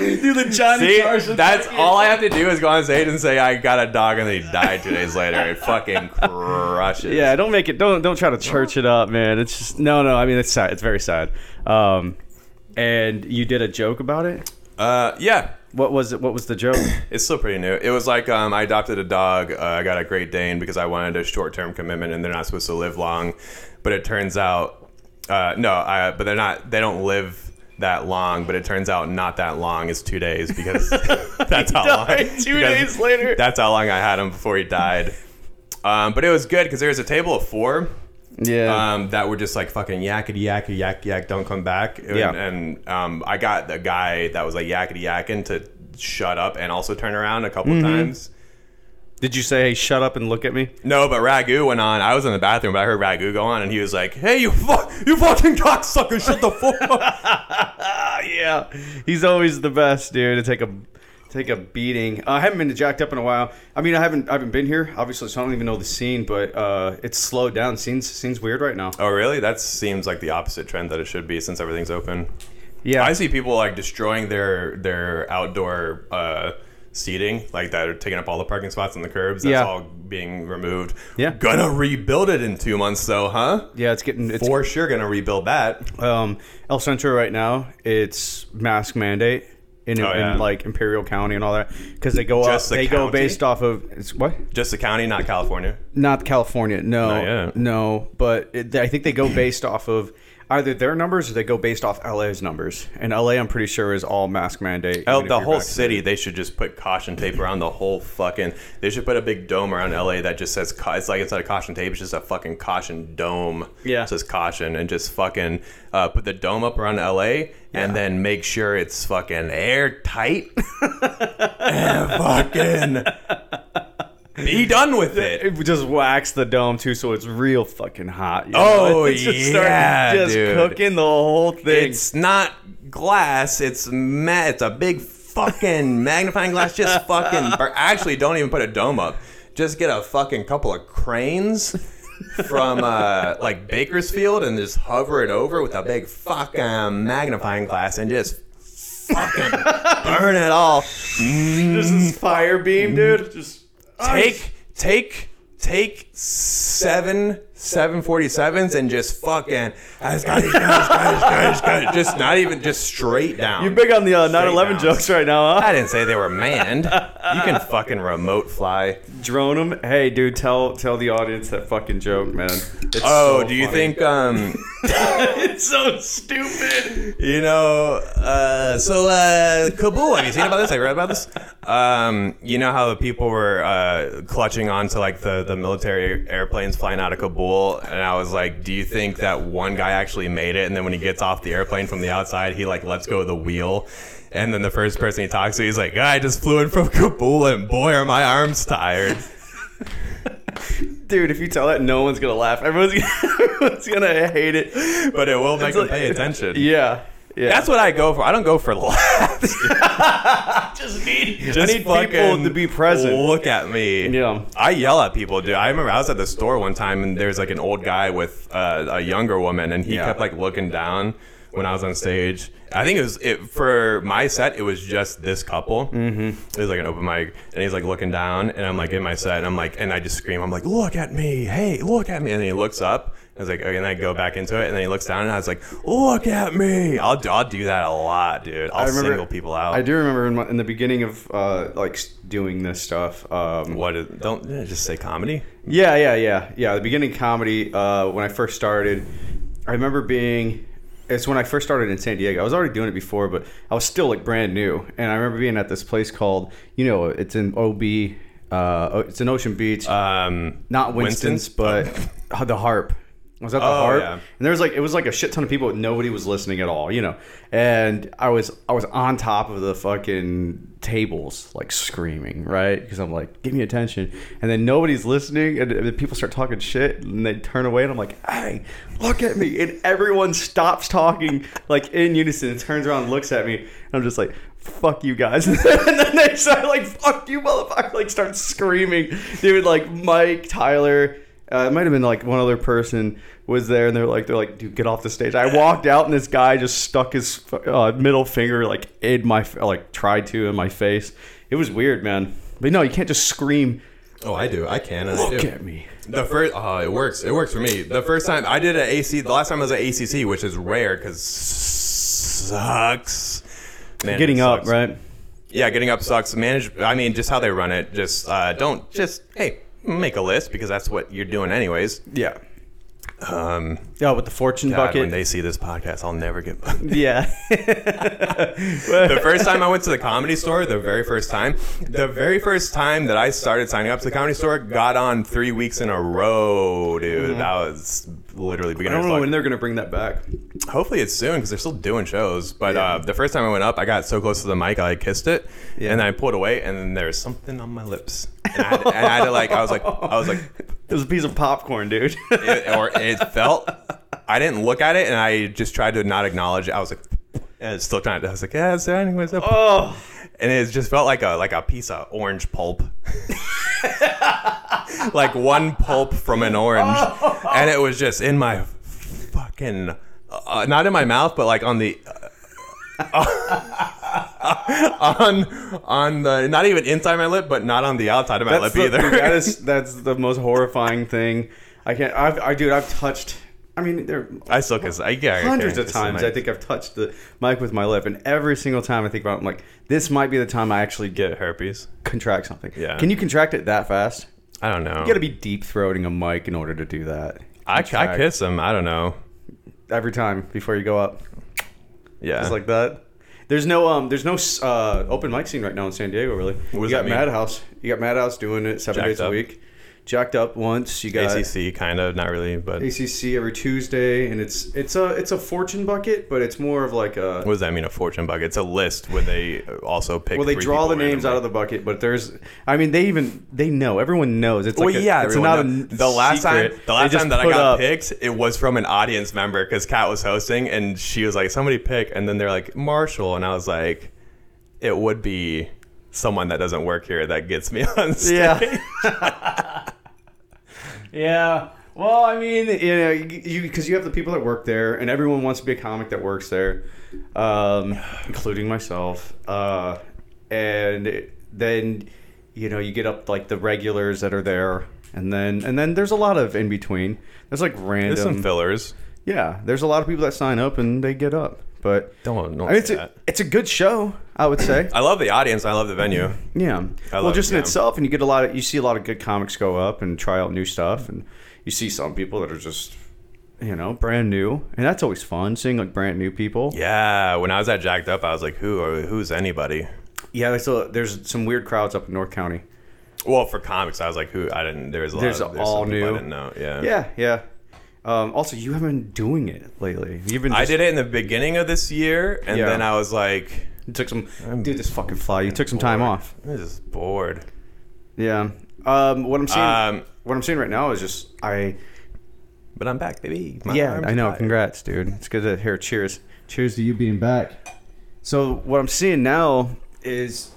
Speaker 2: Do the Johnny
Speaker 1: See, that's all I have to do is go on stage and say I got a dog and then he died two days later. It fucking crushes.
Speaker 2: Yeah, don't make it. Don't don't try to church it up, man. It's just no, no. I mean, it's sad. It's very sad. Um, and you did a joke about it.
Speaker 1: Uh, yeah.
Speaker 2: What was it? What was the joke? [coughs]
Speaker 1: It's still pretty new. It was like um, I adopted a dog. Uh, I got a Great Dane because I wanted a short-term commitment, and they're not supposed to live long. But it turns out, uh, no, I, but they're not. They don't live that long. But it turns out, not that long is two days
Speaker 2: [laughs]
Speaker 1: because [laughs] that's how long.
Speaker 2: died two
Speaker 1: because
Speaker 2: days later.
Speaker 1: That's how long I had him before he died. Um, but it was good because there was a table of four
Speaker 2: yeah.
Speaker 1: um, that were just like fucking yakety yakety yak yak don't come back. And,
Speaker 2: Yeah.
Speaker 1: and um, I got the guy that was like yakety yakking to shut up and also turn around a
Speaker 2: Mm-hmm.
Speaker 1: couple times.
Speaker 2: did you say, "Hey, shut up and look at me"?
Speaker 1: No, but Ragu went on. I was in the bathroom, but I heard Ragu go on, and he was like, "Hey, you fuck, you fucking cocksucker, shut the fuck
Speaker 2: [laughs]
Speaker 1: up."
Speaker 2: Ah, yeah. He's always the best, dude. To take a take a beating. Uh, I haven't been to jacked up in a while. I mean, I haven't I haven't been here, obviously, so I don't even know the scene. But uh, it's slowed down. Scenes scenes weird right now.
Speaker 1: oh, really? That seems like the opposite trend that it should be since everything's open.
Speaker 2: Yeah.
Speaker 1: I see people like destroying their their outdoor uh, seating, like that are taking up all the parking spots on the curbs. That's
Speaker 2: Yeah.
Speaker 1: all being removed.
Speaker 2: Yeah.
Speaker 1: gonna rebuild it in two months, though, huh?
Speaker 2: yeah, it's getting it's
Speaker 1: For sure, gonna rebuild that.
Speaker 2: um, El Centro right now, it's mask mandate in,
Speaker 1: Oh, yeah.
Speaker 2: in like Imperial County and all that because they go
Speaker 1: Just the
Speaker 2: up, they go
Speaker 1: county?
Speaker 2: based off of it's what
Speaker 1: Just the county, not California.
Speaker 2: not California,
Speaker 1: Not
Speaker 2: no,
Speaker 1: yet.
Speaker 2: no, but it, I think they go based off of either their numbers or they go based off LA's numbers, and LA I'm pretty sure is all mask mandate.
Speaker 1: Oh,
Speaker 2: even if
Speaker 1: the
Speaker 2: you're
Speaker 1: whole
Speaker 2: vaccinated.
Speaker 1: city. They should just put caution tape around the whole fucking. They should put a big dome around LA that just says. ca- It's like it's not a caution tape. It's just a fucking caution dome.
Speaker 2: Yeah.
Speaker 1: It says caution and just fucking uh, put the dome up around LA and then make sure it's fucking airtight. [laughs] and fucking. Be done with
Speaker 2: [laughs]
Speaker 1: it.
Speaker 2: It just wax the dome too, so it's real fucking hot. you
Speaker 1: Oh,
Speaker 2: [laughs] It's just
Speaker 1: yeah,
Speaker 2: just
Speaker 1: dude.
Speaker 2: cooking the whole thing.
Speaker 1: It's not glass. It's ma- It's a big fucking magnifying glass. Just fucking. Bur- Actually, don't even put a dome up. Just get a fucking couple of cranes from uh, like Bakersfield and just hover it over with a big fucking magnifying glass and just fucking burn it all.
Speaker 2: just this fire beam, dude. Just
Speaker 1: Take take take seven. 747s and just fucking guys, guys, guys, guys, guys, guys, just not even just straight down.
Speaker 2: You're big on the uh, 9/11
Speaker 1: down.
Speaker 2: jokes right now, huh?
Speaker 1: I didn't say they were manned. You can fucking remote fly.
Speaker 2: Drone him. Hey, dude, tell tell the audience that fucking joke, man. It's
Speaker 1: [laughs] Oh,
Speaker 2: so
Speaker 1: do you
Speaker 2: funny.
Speaker 1: think um
Speaker 2: [laughs] it's so stupid?
Speaker 1: you know uh so uh Kabul, have you seen about this? I read about this. Um you know how the people were uh clutching onto like the the military airplanes flying out of Kabul and I was like, do you think that one guy actually made it and then when he gets off the airplane from the outside, he like lets go of the wheel? And then the first person he talks to, he's like, I just flew in from Kabul and boy are my arms tired.
Speaker 2: Dude, if you tell that, no one's gonna laugh. Everyone's gonna, [laughs] everyone's gonna hate it.
Speaker 1: But it will make him
Speaker 2: like-
Speaker 1: pay [laughs] attention.
Speaker 2: Yeah, yeah.
Speaker 1: That's what I go for. I don't go for laughs.
Speaker 2: [laughs] just
Speaker 1: [laughs]
Speaker 2: need. I
Speaker 1: Just
Speaker 2: need people
Speaker 1: fucking
Speaker 2: to be present.
Speaker 1: Look at me.
Speaker 2: Yeah.
Speaker 1: I yell at people, dude. I remember I was at the store one time and there's like an old guy with uh, a younger woman and he
Speaker 2: Yeah.
Speaker 1: kept like looking down when I was on stage. I think it was it for my set. It was just this couple. Mm-hmm. It was like an open mic, and he's like looking down, and I'm like in my set, and I'm like, and I just scream, I'm like, look at me, hey, look at me, and he looks up. I was like, okay, and I go back into it, and then he looks down, and I was like, look at me. I'll, I'll do that a lot, dude. I'll
Speaker 2: remember-
Speaker 1: single people out.
Speaker 2: I do remember in, my, in the beginning of uh, like s- doing this stuff. Um,
Speaker 1: What is, don't yeah, just say comedy?
Speaker 2: Yeah, yeah, yeah, yeah. The beginning comedy uh, when I first started, I remember being it's when I first started in San Diego. I was already doing it before, but I was still like brand new. And I remember being at this place called, you know, it's in OB, uh, it's in Ocean Beach,
Speaker 1: Um,
Speaker 2: not Winston's, but uh, the Harp. I was at the
Speaker 1: Oh,
Speaker 2: Harp,
Speaker 1: yeah.
Speaker 2: and there was like it was like a shit ton of people, but nobody was listening at all, you know. And I was I was on top of the fucking tables, like screaming, right? Because I'm like, give me attention, and then nobody's listening, and then people start talking shit, and they turn away, and I'm like, hey, look at me, and everyone stops talking like in unison, and turns around, and looks at me, and I'm just like. Fuck you guys! [laughs] and then they start like "fuck you, motherfucker!" Like start screaming, dude. Like Mike, Tyler, uh, it might have been like one other person was there, and they're like, they're like, dude, get off the stage. I walked out, and this guy just stuck his uh, middle finger like in my like tried to in my face. It was weird, man. But no, you can't just scream.
Speaker 1: Oh, I do. I can. and I
Speaker 2: Look
Speaker 1: do.
Speaker 2: at me.
Speaker 1: The first, oh, it works. It works for me. The first time I did an AC, the last time I was at ACC, which is rare because sucks. Man, it
Speaker 2: Getting up,
Speaker 1: sucks.
Speaker 2: right?
Speaker 1: Yeah, getting up sucks. Manage. I mean, just how they run it. Just uh, don't. Just hey, make a list because that's what you're doing anyways.
Speaker 2: Yeah.
Speaker 1: Um,
Speaker 2: Yeah, with the fortune
Speaker 1: God,
Speaker 2: bucket.
Speaker 1: when they see this podcast, I'll never get.
Speaker 2: [laughs] yeah.
Speaker 1: [laughs] the first time I went to the comedy store, the very first time, the very first time that I started signing up to the comedy store, got on three weeks in a row, dude. That was literally
Speaker 2: Mm-hmm. I
Speaker 1: beginner's
Speaker 2: don't know
Speaker 1: luck.
Speaker 2: when they're gonna bring that back.
Speaker 1: Hopefully it's soon because they're still doing shows. But uh, the first time I went up, I got so close to the mic, I like, kissed it,
Speaker 2: Yeah.
Speaker 1: and then I pulled away, and then there was something on my lips, and I had, and I had to like, I was like, I was like,
Speaker 2: It was a piece of popcorn, dude. [laughs]
Speaker 1: it, or it felt. I didn't look at it, and I just tried to not acknowledge it. I was like, and it's still trying to. I was like, yeah, so anyways, oh.
Speaker 2: oh,
Speaker 1: and it just felt like a like a piece of orange pulp. like one pulp from an orange,
Speaker 2: Oh.
Speaker 1: and it was just in my fucking, uh, not in my mouth, but like on the. uh, [laughs] on on the not even inside my lip, but not on the outside of my
Speaker 2: That's
Speaker 1: lip
Speaker 2: the-
Speaker 1: either.
Speaker 2: dude, that is that's the most horrifying thing. I can't. I've, I dude, I've touched. I mean, there
Speaker 1: [laughs] I still kiss. I, yeah, I
Speaker 2: hundreds
Speaker 1: can't
Speaker 2: of
Speaker 1: kiss
Speaker 2: times
Speaker 1: my-
Speaker 2: I think I've touched the mic with my lip, and every single time I think about, it, I'm like, this might be the time I actually get
Speaker 1: herpes.
Speaker 2: contract something.
Speaker 1: Yeah.
Speaker 2: Can you contract it that fast?
Speaker 1: I don't know.
Speaker 2: You got to be deep throating a mic in order to do that.
Speaker 1: I, I
Speaker 2: contract
Speaker 1: kiss him. I don't know.
Speaker 2: every time before you go up,
Speaker 1: Yeah.
Speaker 2: just like that. There's no um, there's no uh, open mic scene right now in San Diego really.
Speaker 1: What does
Speaker 2: you
Speaker 1: that
Speaker 2: got
Speaker 1: mean?
Speaker 2: Madhouse, you got Madhouse doing it seven
Speaker 1: Jacked
Speaker 2: days a
Speaker 1: Up.
Speaker 2: week. Jacked up once, you got
Speaker 1: ACC kind of not really, but what
Speaker 2: ACC every Tuesday, and it's it's a it's a fortune bucket, but it's more of like a
Speaker 1: does that mean? A fortune bucket? It's a list where they uh, also pick.
Speaker 2: well, they
Speaker 1: three
Speaker 2: draw the
Speaker 1: people
Speaker 2: names out of
Speaker 1: randomly.
Speaker 2: the bucket, but there's I mean they even they know everyone knows it's like
Speaker 1: well,
Speaker 2: a-
Speaker 1: yeah,
Speaker 2: it's
Speaker 1: everyone
Speaker 2: not
Speaker 1: knows.
Speaker 2: a
Speaker 1: the last
Speaker 2: secret.
Speaker 1: time the
Speaker 2: They
Speaker 1: last
Speaker 2: just
Speaker 1: time that I
Speaker 2: put
Speaker 1: got
Speaker 2: up-
Speaker 1: picked, it was from an audience member because Kat was hosting and she was like, "Somebody pick," and then they're like, "Marshall," and I was like, "It would be someone that doesn't work here that gets me [laughs] on stage."
Speaker 2: Yeah. yeah. Well, I mean, you know, you because you have the people that work there, and everyone wants to be a comic that works there, um, including myself. Uh, and then, you know, you get up like the regulars that are there, and then and then there's a lot of in between. There's like random.
Speaker 1: There's some fillers.
Speaker 2: yeah, there's a lot of people that sign up and they get up, but
Speaker 1: Don't don't
Speaker 2: I mean, it's
Speaker 1: say
Speaker 2: a,
Speaker 1: Oh, that.
Speaker 2: it's a good show, I would
Speaker 1: [clears throat]
Speaker 2: say.
Speaker 1: I love the audience. I love the venue.
Speaker 2: Yeah. well,
Speaker 1: love-
Speaker 2: just in
Speaker 1: yeah.
Speaker 2: itself, and you get a lot of you see a lot of good comics go up and try out new stuff, and you see some people that are just you know brand new, and that's always fun seeing like brand new people.
Speaker 1: Yeah, when I was at Jacked Up, I was like, "Who? Are, who's anybody?"
Speaker 2: Yeah. So there's some weird crowds up in North County.
Speaker 1: Well, for comics, I was like, "Who?" I didn't. There was a lot.
Speaker 2: There's
Speaker 1: of,
Speaker 2: all
Speaker 1: some people
Speaker 2: new.
Speaker 1: I didn't know. Yeah.
Speaker 2: Yeah. Yeah. Um, also, you haven't been doing it lately. You've been. Just,
Speaker 1: I did it in the beginning of this year, and
Speaker 2: Yeah.
Speaker 1: then I was like,
Speaker 2: You took some. dude, this fucking fly. You took some time off.
Speaker 1: "This is bored."
Speaker 2: Yeah. Um, what I'm seeing.
Speaker 1: Um,
Speaker 2: what I'm seeing right now is just I.
Speaker 1: But I'm back, baby. My
Speaker 2: yeah,
Speaker 1: arms
Speaker 2: I know.
Speaker 1: are tired.
Speaker 2: Congrats, dude. It's good to hear. Cheers. Cheers to you being back. So what I'm seeing now is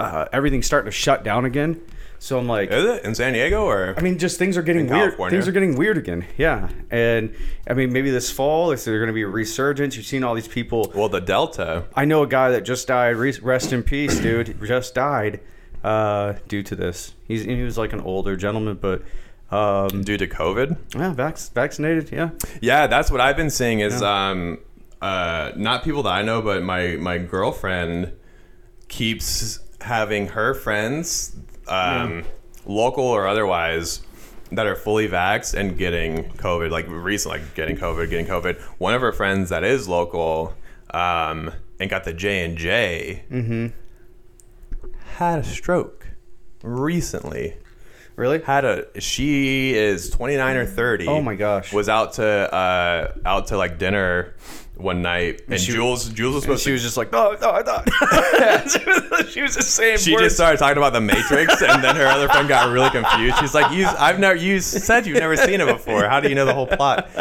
Speaker 2: uh, everything's starting to shut down again. So I'm like,
Speaker 1: Is it in San Diego or?
Speaker 2: I mean, just things are getting
Speaker 1: In
Speaker 2: weird.
Speaker 1: California.
Speaker 2: Things are getting weird again. Yeah, and I mean, maybe this fall if there's going to be a resurgence. You've seen all these people.
Speaker 1: well, the Delta.
Speaker 2: I know a guy that just died. Re- rest in peace, dude. Just died uh, due to this. He's he was like an older gentleman, but um,
Speaker 1: Due to COVID,
Speaker 2: yeah, vac- vaccinated. Yeah,
Speaker 1: yeah, that's what I've been seeing. Is um, uh, not people that I know, but my my girlfriend keeps having her friends, um, local or otherwise, that are fully vaxxed and getting COVID, like recently, like getting COVID, getting COVID. One of her friends that is local, um, and got the J and J, had a stroke recently.
Speaker 2: Really?
Speaker 1: Had a she is 29 or 30.
Speaker 2: Oh my gosh.
Speaker 1: Was out to uh out to like dinner one night, and,
Speaker 2: she-
Speaker 1: Jules Jules was supposed
Speaker 2: She
Speaker 1: to.
Speaker 2: was just like, no, no, [laughs] no. she was just saying
Speaker 1: She
Speaker 2: words.
Speaker 1: just started talking about the Matrix, and then her other friend got really confused. She's like, "You, I've never, you said you've never seen it before. How do you know the whole
Speaker 2: [laughs]
Speaker 1: plot?"
Speaker 2: yeah.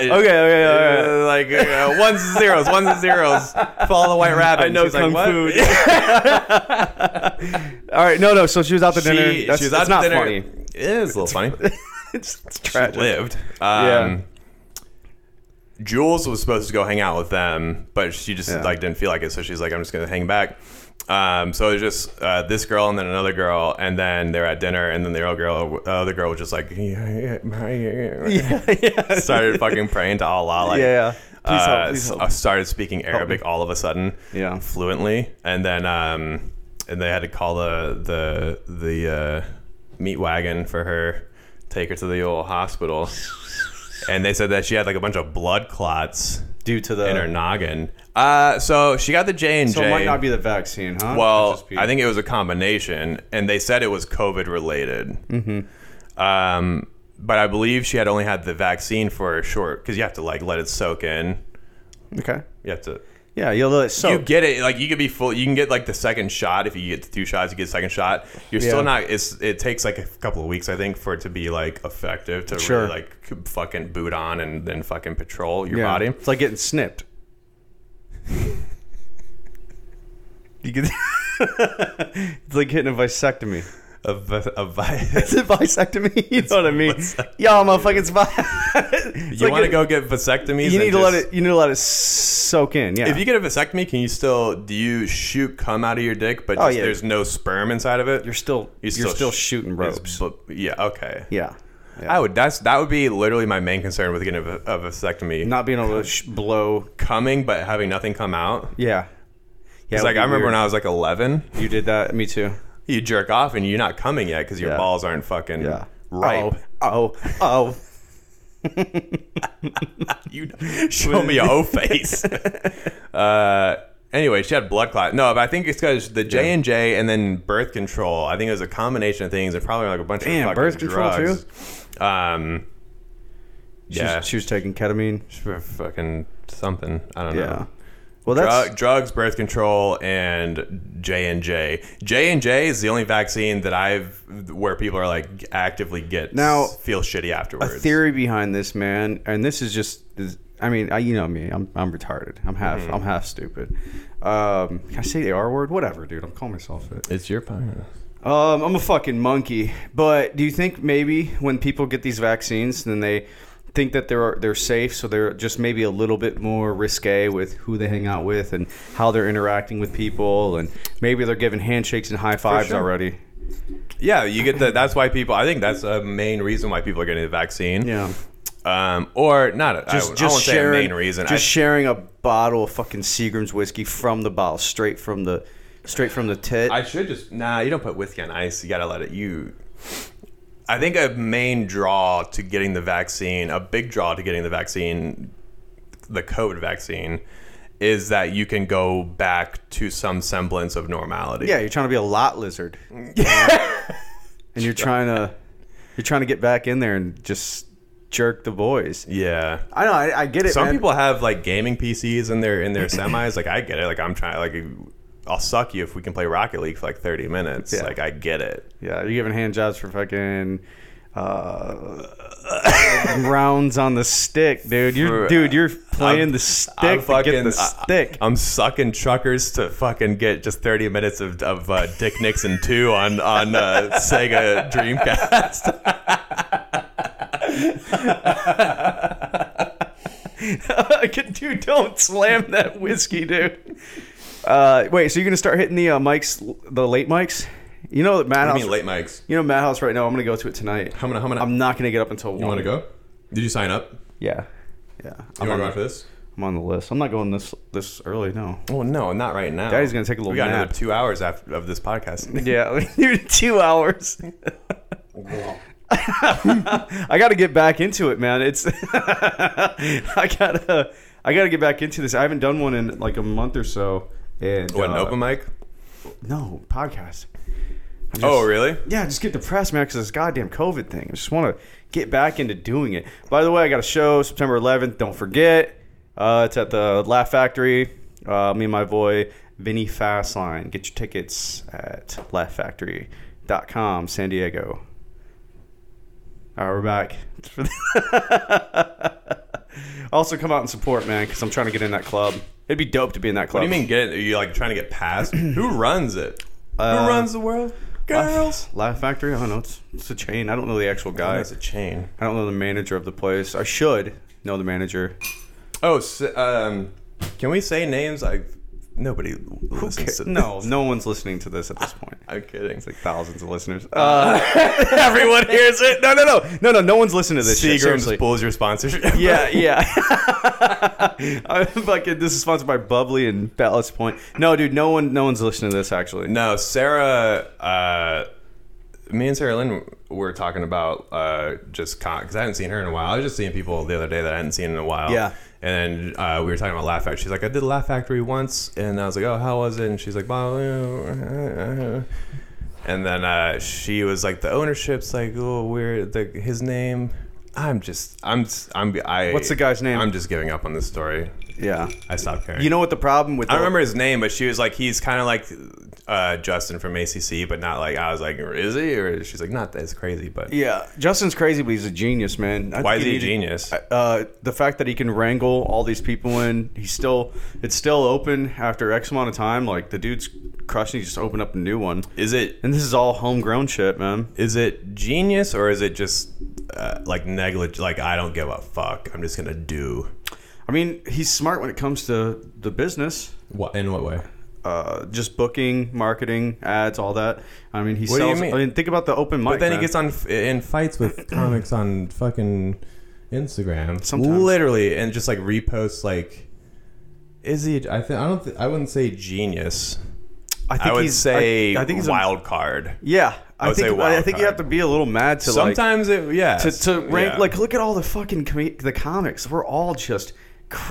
Speaker 1: Uh,
Speaker 2: Okay, okay, all right.
Speaker 1: uh, like uh, ones and zeros, ones and zeros. Follow the white rabbit.
Speaker 2: I know
Speaker 1: She's
Speaker 2: kung
Speaker 1: like,
Speaker 2: fu.
Speaker 1: [laughs] "What?"
Speaker 2: All right, no, no. So she was out to
Speaker 1: She,
Speaker 2: dinner. That's,
Speaker 1: she was
Speaker 2: that's
Speaker 1: out to
Speaker 2: not
Speaker 1: dinner. [laughs]
Speaker 2: funny. [laughs]
Speaker 1: It is a little funny.
Speaker 2: it's, it's
Speaker 1: She
Speaker 2: tragic.
Speaker 1: lived. Um, Jules was supposed to go hang out with them, but she just
Speaker 2: Yeah.
Speaker 1: like didn't feel like it, so she's like, "I'm just gonna hang back." Um, so it was just uh, this girl and then another girl, and then they're at dinner, and then the other girl, the other girl was just like, [laughs]
Speaker 2: [laughs] Yeah, yeah.
Speaker 1: started fucking praying to Allah, like,
Speaker 2: Yeah, yeah. Please help,
Speaker 1: uh,
Speaker 2: please help.
Speaker 1: s- uh, started speaking Arabic all of a sudden,
Speaker 2: Yeah.
Speaker 1: fluently, and then um, and they had to call the the the uh, meat wagon for her, take her to the old
Speaker 2: [laughs]
Speaker 1: hospital, and they said that she had like a bunch of blood clots
Speaker 2: Due to the
Speaker 1: in her noggin. Uh, so she got the J and
Speaker 2: so it might
Speaker 1: J.
Speaker 2: not be the vaccine, huh? It
Speaker 1: Well,
Speaker 2: could just be-
Speaker 1: I think it was a combination, and they said it was COVID related.
Speaker 2: Mm-hmm.
Speaker 1: Um, but I believe she had only had the vaccine for a short because you have to like let it soak in.
Speaker 2: Okay.
Speaker 1: You have to.
Speaker 2: Yeah, you'll let it
Speaker 1: You
Speaker 2: soak.
Speaker 1: get it. Like you could be full. You can get like the second shot if you get two shots. You get the second shot. You're
Speaker 2: Yeah.
Speaker 1: still not. It's it takes like a couple of weeks, I think, for it to be like effective to
Speaker 2: Sure.
Speaker 1: really like fucking boot on and then fucking patrol your
Speaker 2: Yeah.
Speaker 1: body.
Speaker 2: It's like getting snipped. you get. [laughs] it's like hitting a vasectomy.
Speaker 1: A, vi- [laughs] a vi-
Speaker 2: It's a vasectomy. [laughs] You know what I mean? Y'all, motherfucking. [laughs] It's vi-
Speaker 1: you want to go get vasectomies?
Speaker 2: You
Speaker 1: and
Speaker 2: need to let
Speaker 1: just-
Speaker 2: it. You need to let it soak in. Yeah.
Speaker 1: If you get a vasectomy, can you still do you shoot cum out of your dick, but
Speaker 2: Oh,
Speaker 1: just,
Speaker 2: yeah.
Speaker 1: there's no sperm inside of it?
Speaker 2: you're still you're, still,
Speaker 1: sh-
Speaker 2: shooting
Speaker 1: it's
Speaker 2: ropes.
Speaker 1: bu- yeah. Okay.
Speaker 2: yeah.
Speaker 1: I would. That's that would be literally my main concern with getting a, va- a vasectomy.
Speaker 2: Not being able to sh- blow.
Speaker 1: coming, but having nothing come out.
Speaker 2: Yeah. Yeah.
Speaker 1: It's like I remember when I was like 11.
Speaker 2: you did that. Me too.
Speaker 1: You jerk off and you're not coming yet because your
Speaker 2: Yeah.
Speaker 1: balls aren't fucking
Speaker 2: Yeah.
Speaker 1: ripe.
Speaker 2: Oh. Oh.
Speaker 1: You [laughs] show me your
Speaker 2: [laughs]
Speaker 1: O face. uh, anyway, she had blood clot. No, but I think it's because the J and J and then birth control. I think it was a combination of things and probably like a bunch
Speaker 2: Damn,
Speaker 1: of fucking
Speaker 2: birth control
Speaker 1: drugs. too. Um,
Speaker 2: She
Speaker 1: yeah, Uh-huh.
Speaker 2: Was, she was taking ketamine.
Speaker 1: for fucking something. I don't
Speaker 2: Yeah.
Speaker 1: know.
Speaker 2: Well, that's
Speaker 1: Drug, drugs, birth control, and J and J. J and J is the only vaccine that I've where people are like actively get
Speaker 2: Now,
Speaker 1: feel shitty
Speaker 2: a
Speaker 1: afterwards.
Speaker 2: theory behind this, man. And this is just. is- I mean, I, you know me. I'm, I'm retarded. I'm half. I'm half stupid. Um, can I say the R word? Whatever, dude. I'm calling myself it.
Speaker 1: it's your podcast.
Speaker 2: Um, I'm a fucking monkey. But do you think maybe when people get these vaccines, then they think that they're they're safe, so they're just maybe a little bit more risque with who they hang out with and how they're interacting with people, and maybe they're giving handshakes and high fives
Speaker 1: sure.
Speaker 2: already.
Speaker 1: Yeah, you get the. That's why people. I think that's a main reason why people are getting the vaccine.
Speaker 2: Yeah,
Speaker 1: Um, or not. I- I,
Speaker 2: just
Speaker 1: won't
Speaker 2: just sharing
Speaker 1: say a main reason.
Speaker 2: just
Speaker 1: I-
Speaker 2: sharing a bottle of fucking Seagram's whiskey from the bottle, straight from the straight from the tit.
Speaker 1: I should just nah. You don't put whiskey on ice. You gotta let it. You. I think a main draw to getting the vaccine, a big draw to getting the vaccine, the COVID vaccine, is that you can go back to some semblance of normality.
Speaker 2: yeah, you're trying to be a
Speaker 1: [laughs]
Speaker 2: lot lizard. Yeah, and you're trying to you're trying to get back in there and just jerk the boys.
Speaker 1: Yeah.
Speaker 2: I know. I, I get it.
Speaker 1: Some
Speaker 2: man.
Speaker 1: people have like gaming PCs in their in
Speaker 2: [clears throat]
Speaker 1: their semis. Like I get it. Like I'm trying. Like I'll suck you if we can play Rocket League for like 30 minutes.
Speaker 2: Yeah.
Speaker 1: Like I get it.
Speaker 2: Yeah, you're giving hand jobs for fucking uh, [laughs] rounds on the stick, dude. You're
Speaker 1: For-
Speaker 2: dude. You're playing
Speaker 1: I'm-
Speaker 2: the stick.
Speaker 1: I'm
Speaker 2: to get
Speaker 1: fucking-
Speaker 2: the
Speaker 1: I-
Speaker 2: stick.
Speaker 1: I'm sucking truckers to fucking get just 30 minutes of, of uh, Dick Nixon 2 on on uh, Sega [laughs] Dreamcast.
Speaker 2: [laughs] dude, don't slam that whiskey, dude. Uh, wait, so you're gonna start hitting the uh, mics, the late mics? You know that
Speaker 1: I
Speaker 2: madhouse.
Speaker 1: mean, late mics.
Speaker 2: You know madhouse right now. I'm gonna go to it tonight.
Speaker 1: How many? How many?
Speaker 2: I'm not gonna get up until one.
Speaker 1: you want to go? Did you sign up?
Speaker 2: Yeah, yeah.
Speaker 1: You
Speaker 2: I'm
Speaker 1: want
Speaker 2: on,
Speaker 1: to go out for this?
Speaker 2: I'm on the list. I'm not going this this early. No.
Speaker 1: Oh no, not right now.
Speaker 2: Daddy's gonna take a little
Speaker 1: We got another [laughs]
Speaker 2: nap. [laughs]
Speaker 1: two hours after of this podcast.
Speaker 2: Yeah, dude, two hours. [laughs] I got to get back into it, man. It's [laughs] I gotta I gotta get back into this. I haven't done one in like a month or so. And
Speaker 1: What, an
Speaker 2: uh,
Speaker 1: open mic?
Speaker 2: No podcast. I'm
Speaker 1: Oh,
Speaker 2: just-
Speaker 1: really?
Speaker 2: Yeah, just get depressed, man, because this goddamn COVID thing. I just want to get back into doing it. By the way, I got a show September 11th. Don't forget. Uh, it's at the Laugh Factory. Uh, me and my boy Vinny Fastline. Get your tickets at laughfactory.com, San Diego. All right, we're back. [laughs] also, come out and support, man, because I'm trying to get in that club. It'd be dope to be in that
Speaker 1: What
Speaker 2: club.
Speaker 1: do you mean [clears throat] get? Are you like trying to get [clears throat] past? Who runs it?
Speaker 2: Uh,
Speaker 1: Who runs the world? Girls.
Speaker 2: Laugh Factory? I don't know. It's, it's a chain. I don't know the actual guy.
Speaker 1: That's a chain.
Speaker 2: I don't know the manager of the place. I should know the manager.
Speaker 1: Oh, s um, can we say names? I nobody listens
Speaker 2: Okay,
Speaker 1: to
Speaker 2: No, no one's listening to this at this point.
Speaker 1: [laughs] I'm kidding.
Speaker 2: It's like thousands of listeners. Uh, everyone
Speaker 1: [laughs]
Speaker 2: hears it. No, no, no, no, no. No one's listening to this.
Speaker 1: Seagram
Speaker 2: Shit, seriously.
Speaker 1: pulls your sponsorship.
Speaker 2: [laughs] Yeah, yeah. I'm fucking. This is sponsored by Bubbly and Ballast Point. No, dude. No one. No one's listening to this. Actually.
Speaker 1: No, Sarah. Uh, me and Sarah Lynn were talking about uh, just con because I hadn't seen her in a while. I was just seeing people the other day that I hadn't seen in a while.
Speaker 2: Yeah.
Speaker 1: And uh, we were talking about Laugh Factory. She's like, I did Laugh Factory once, and I was like, Oh, how was it? And she's like, "Well, uh, uh, uh." And then uh, she was like, The ownership's like, oh, weird. The, his name. I'm just. I'm. s- I'm. I.
Speaker 2: What's the guy's name?
Speaker 1: I'm just giving up on this story.
Speaker 2: Yeah.
Speaker 1: I stopped caring.
Speaker 2: You know what the problem with?
Speaker 1: I
Speaker 2: the-
Speaker 1: don't remember his name, but she was like, he's kind of like uh, Justin from ACC, but not like I was like, is he? Or she's like, not that's crazy, but
Speaker 2: Yeah, Justin's crazy, but he's a genius, man. I
Speaker 1: why is
Speaker 2: think
Speaker 1: he a
Speaker 2: needed-
Speaker 1: genius?
Speaker 2: uh, the fact that he can wrangle all these people in, he's still it's still open after X amount of time. Like the dude's crushing, he just opened up a new one,
Speaker 1: is it
Speaker 2: and this is all homegrown shit, man.
Speaker 1: is it genius or is it just uh, like negligent? Like I don't give a fuck. I'm just gonna do.
Speaker 2: I mean, he's smart when it comes to the business,
Speaker 1: What in what way?
Speaker 2: uh, just booking, marketing, ads, all that. I mean, he
Speaker 1: What do you
Speaker 2: sells.
Speaker 1: mean?
Speaker 2: I mean, think about the open mic.
Speaker 1: But then
Speaker 2: man.
Speaker 1: he gets on f- in fights with comics on fucking Instagram,
Speaker 2: Sometimes.
Speaker 1: literally, and just like reposts like. Is he? I think I don't. Th- I wouldn't say genius. I, would say
Speaker 2: I,
Speaker 1: I,
Speaker 2: I think he's a-
Speaker 1: wild card.
Speaker 2: yeah, I,
Speaker 1: would
Speaker 2: think
Speaker 1: say wild
Speaker 2: I think you have
Speaker 1: card.
Speaker 2: to be a little mad to like
Speaker 1: Sometimes it, yeah.
Speaker 2: to, to rank
Speaker 1: yeah.
Speaker 2: like look at all the fucking com- the comics we're all just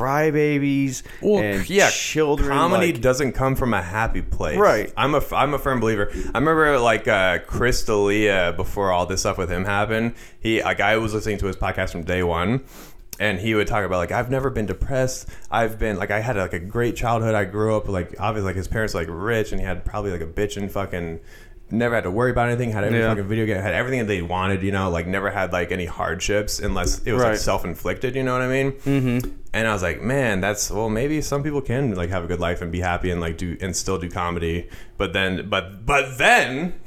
Speaker 2: crybabies
Speaker 1: Well,
Speaker 2: and
Speaker 1: yeah,
Speaker 2: children
Speaker 1: Comedy
Speaker 2: like-
Speaker 1: doesn't come from a happy place,
Speaker 2: Right.
Speaker 1: I'm a I'm a firm believer. I remember like uh, Chris D'Elia before all this stuff with him happened. He like I was listening to his podcast from day one. And he would talk about like I've never been depressed. I've been like I had like a great childhood. I grew up like obviously like his parents were, like rich, and he had probably like a bitch and fucking never had to worry about anything. Had every
Speaker 2: Yeah.
Speaker 1: fucking video game. Had everything that they wanted. You know, like never had like any hardships unless it was
Speaker 2: Right.
Speaker 1: like self inflicted. You know what I mean? Mm-hmm. And I was like, man, that's well, maybe some people can like have a good life and be happy and like do and still do comedy. But then, but but
Speaker 2: [laughs]
Speaker 1: then,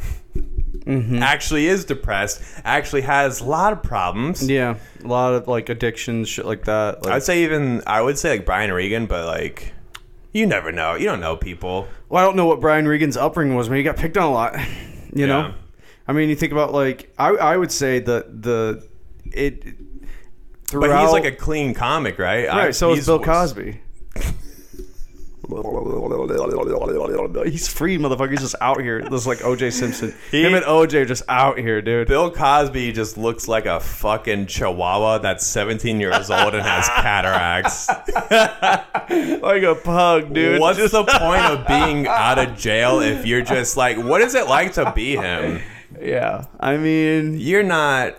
Speaker 2: Mm-hmm.
Speaker 1: actually is depressed. Actually has a lot of problems.
Speaker 2: yeah a lot of like addictions shit like that like,
Speaker 1: I'd say even I would say like Brian Regan, but like. You never know. You don't know people.
Speaker 2: well I don't know what Brian Regan's upbringing was man he got picked on a lot [laughs] you know
Speaker 1: Yeah.
Speaker 2: I mean you think about like I I would say the the it throughout
Speaker 1: But he's like a clean comic, right? I-
Speaker 2: right so
Speaker 1: he's-
Speaker 2: is Bill
Speaker 1: [laughs]
Speaker 2: Cosby he's free motherfucker he's just out here this is like O.J. Simpson him and O.J. are just out here dude
Speaker 1: Bill Cosby just looks like a fucking chihuahua that's 17 years old and
Speaker 2: [laughs]
Speaker 1: has cataracts.
Speaker 2: like a pug, dude.
Speaker 1: What's the point of being out of jail if you're just like, what is it like to be him?
Speaker 2: Yeah, I mean,
Speaker 1: You're not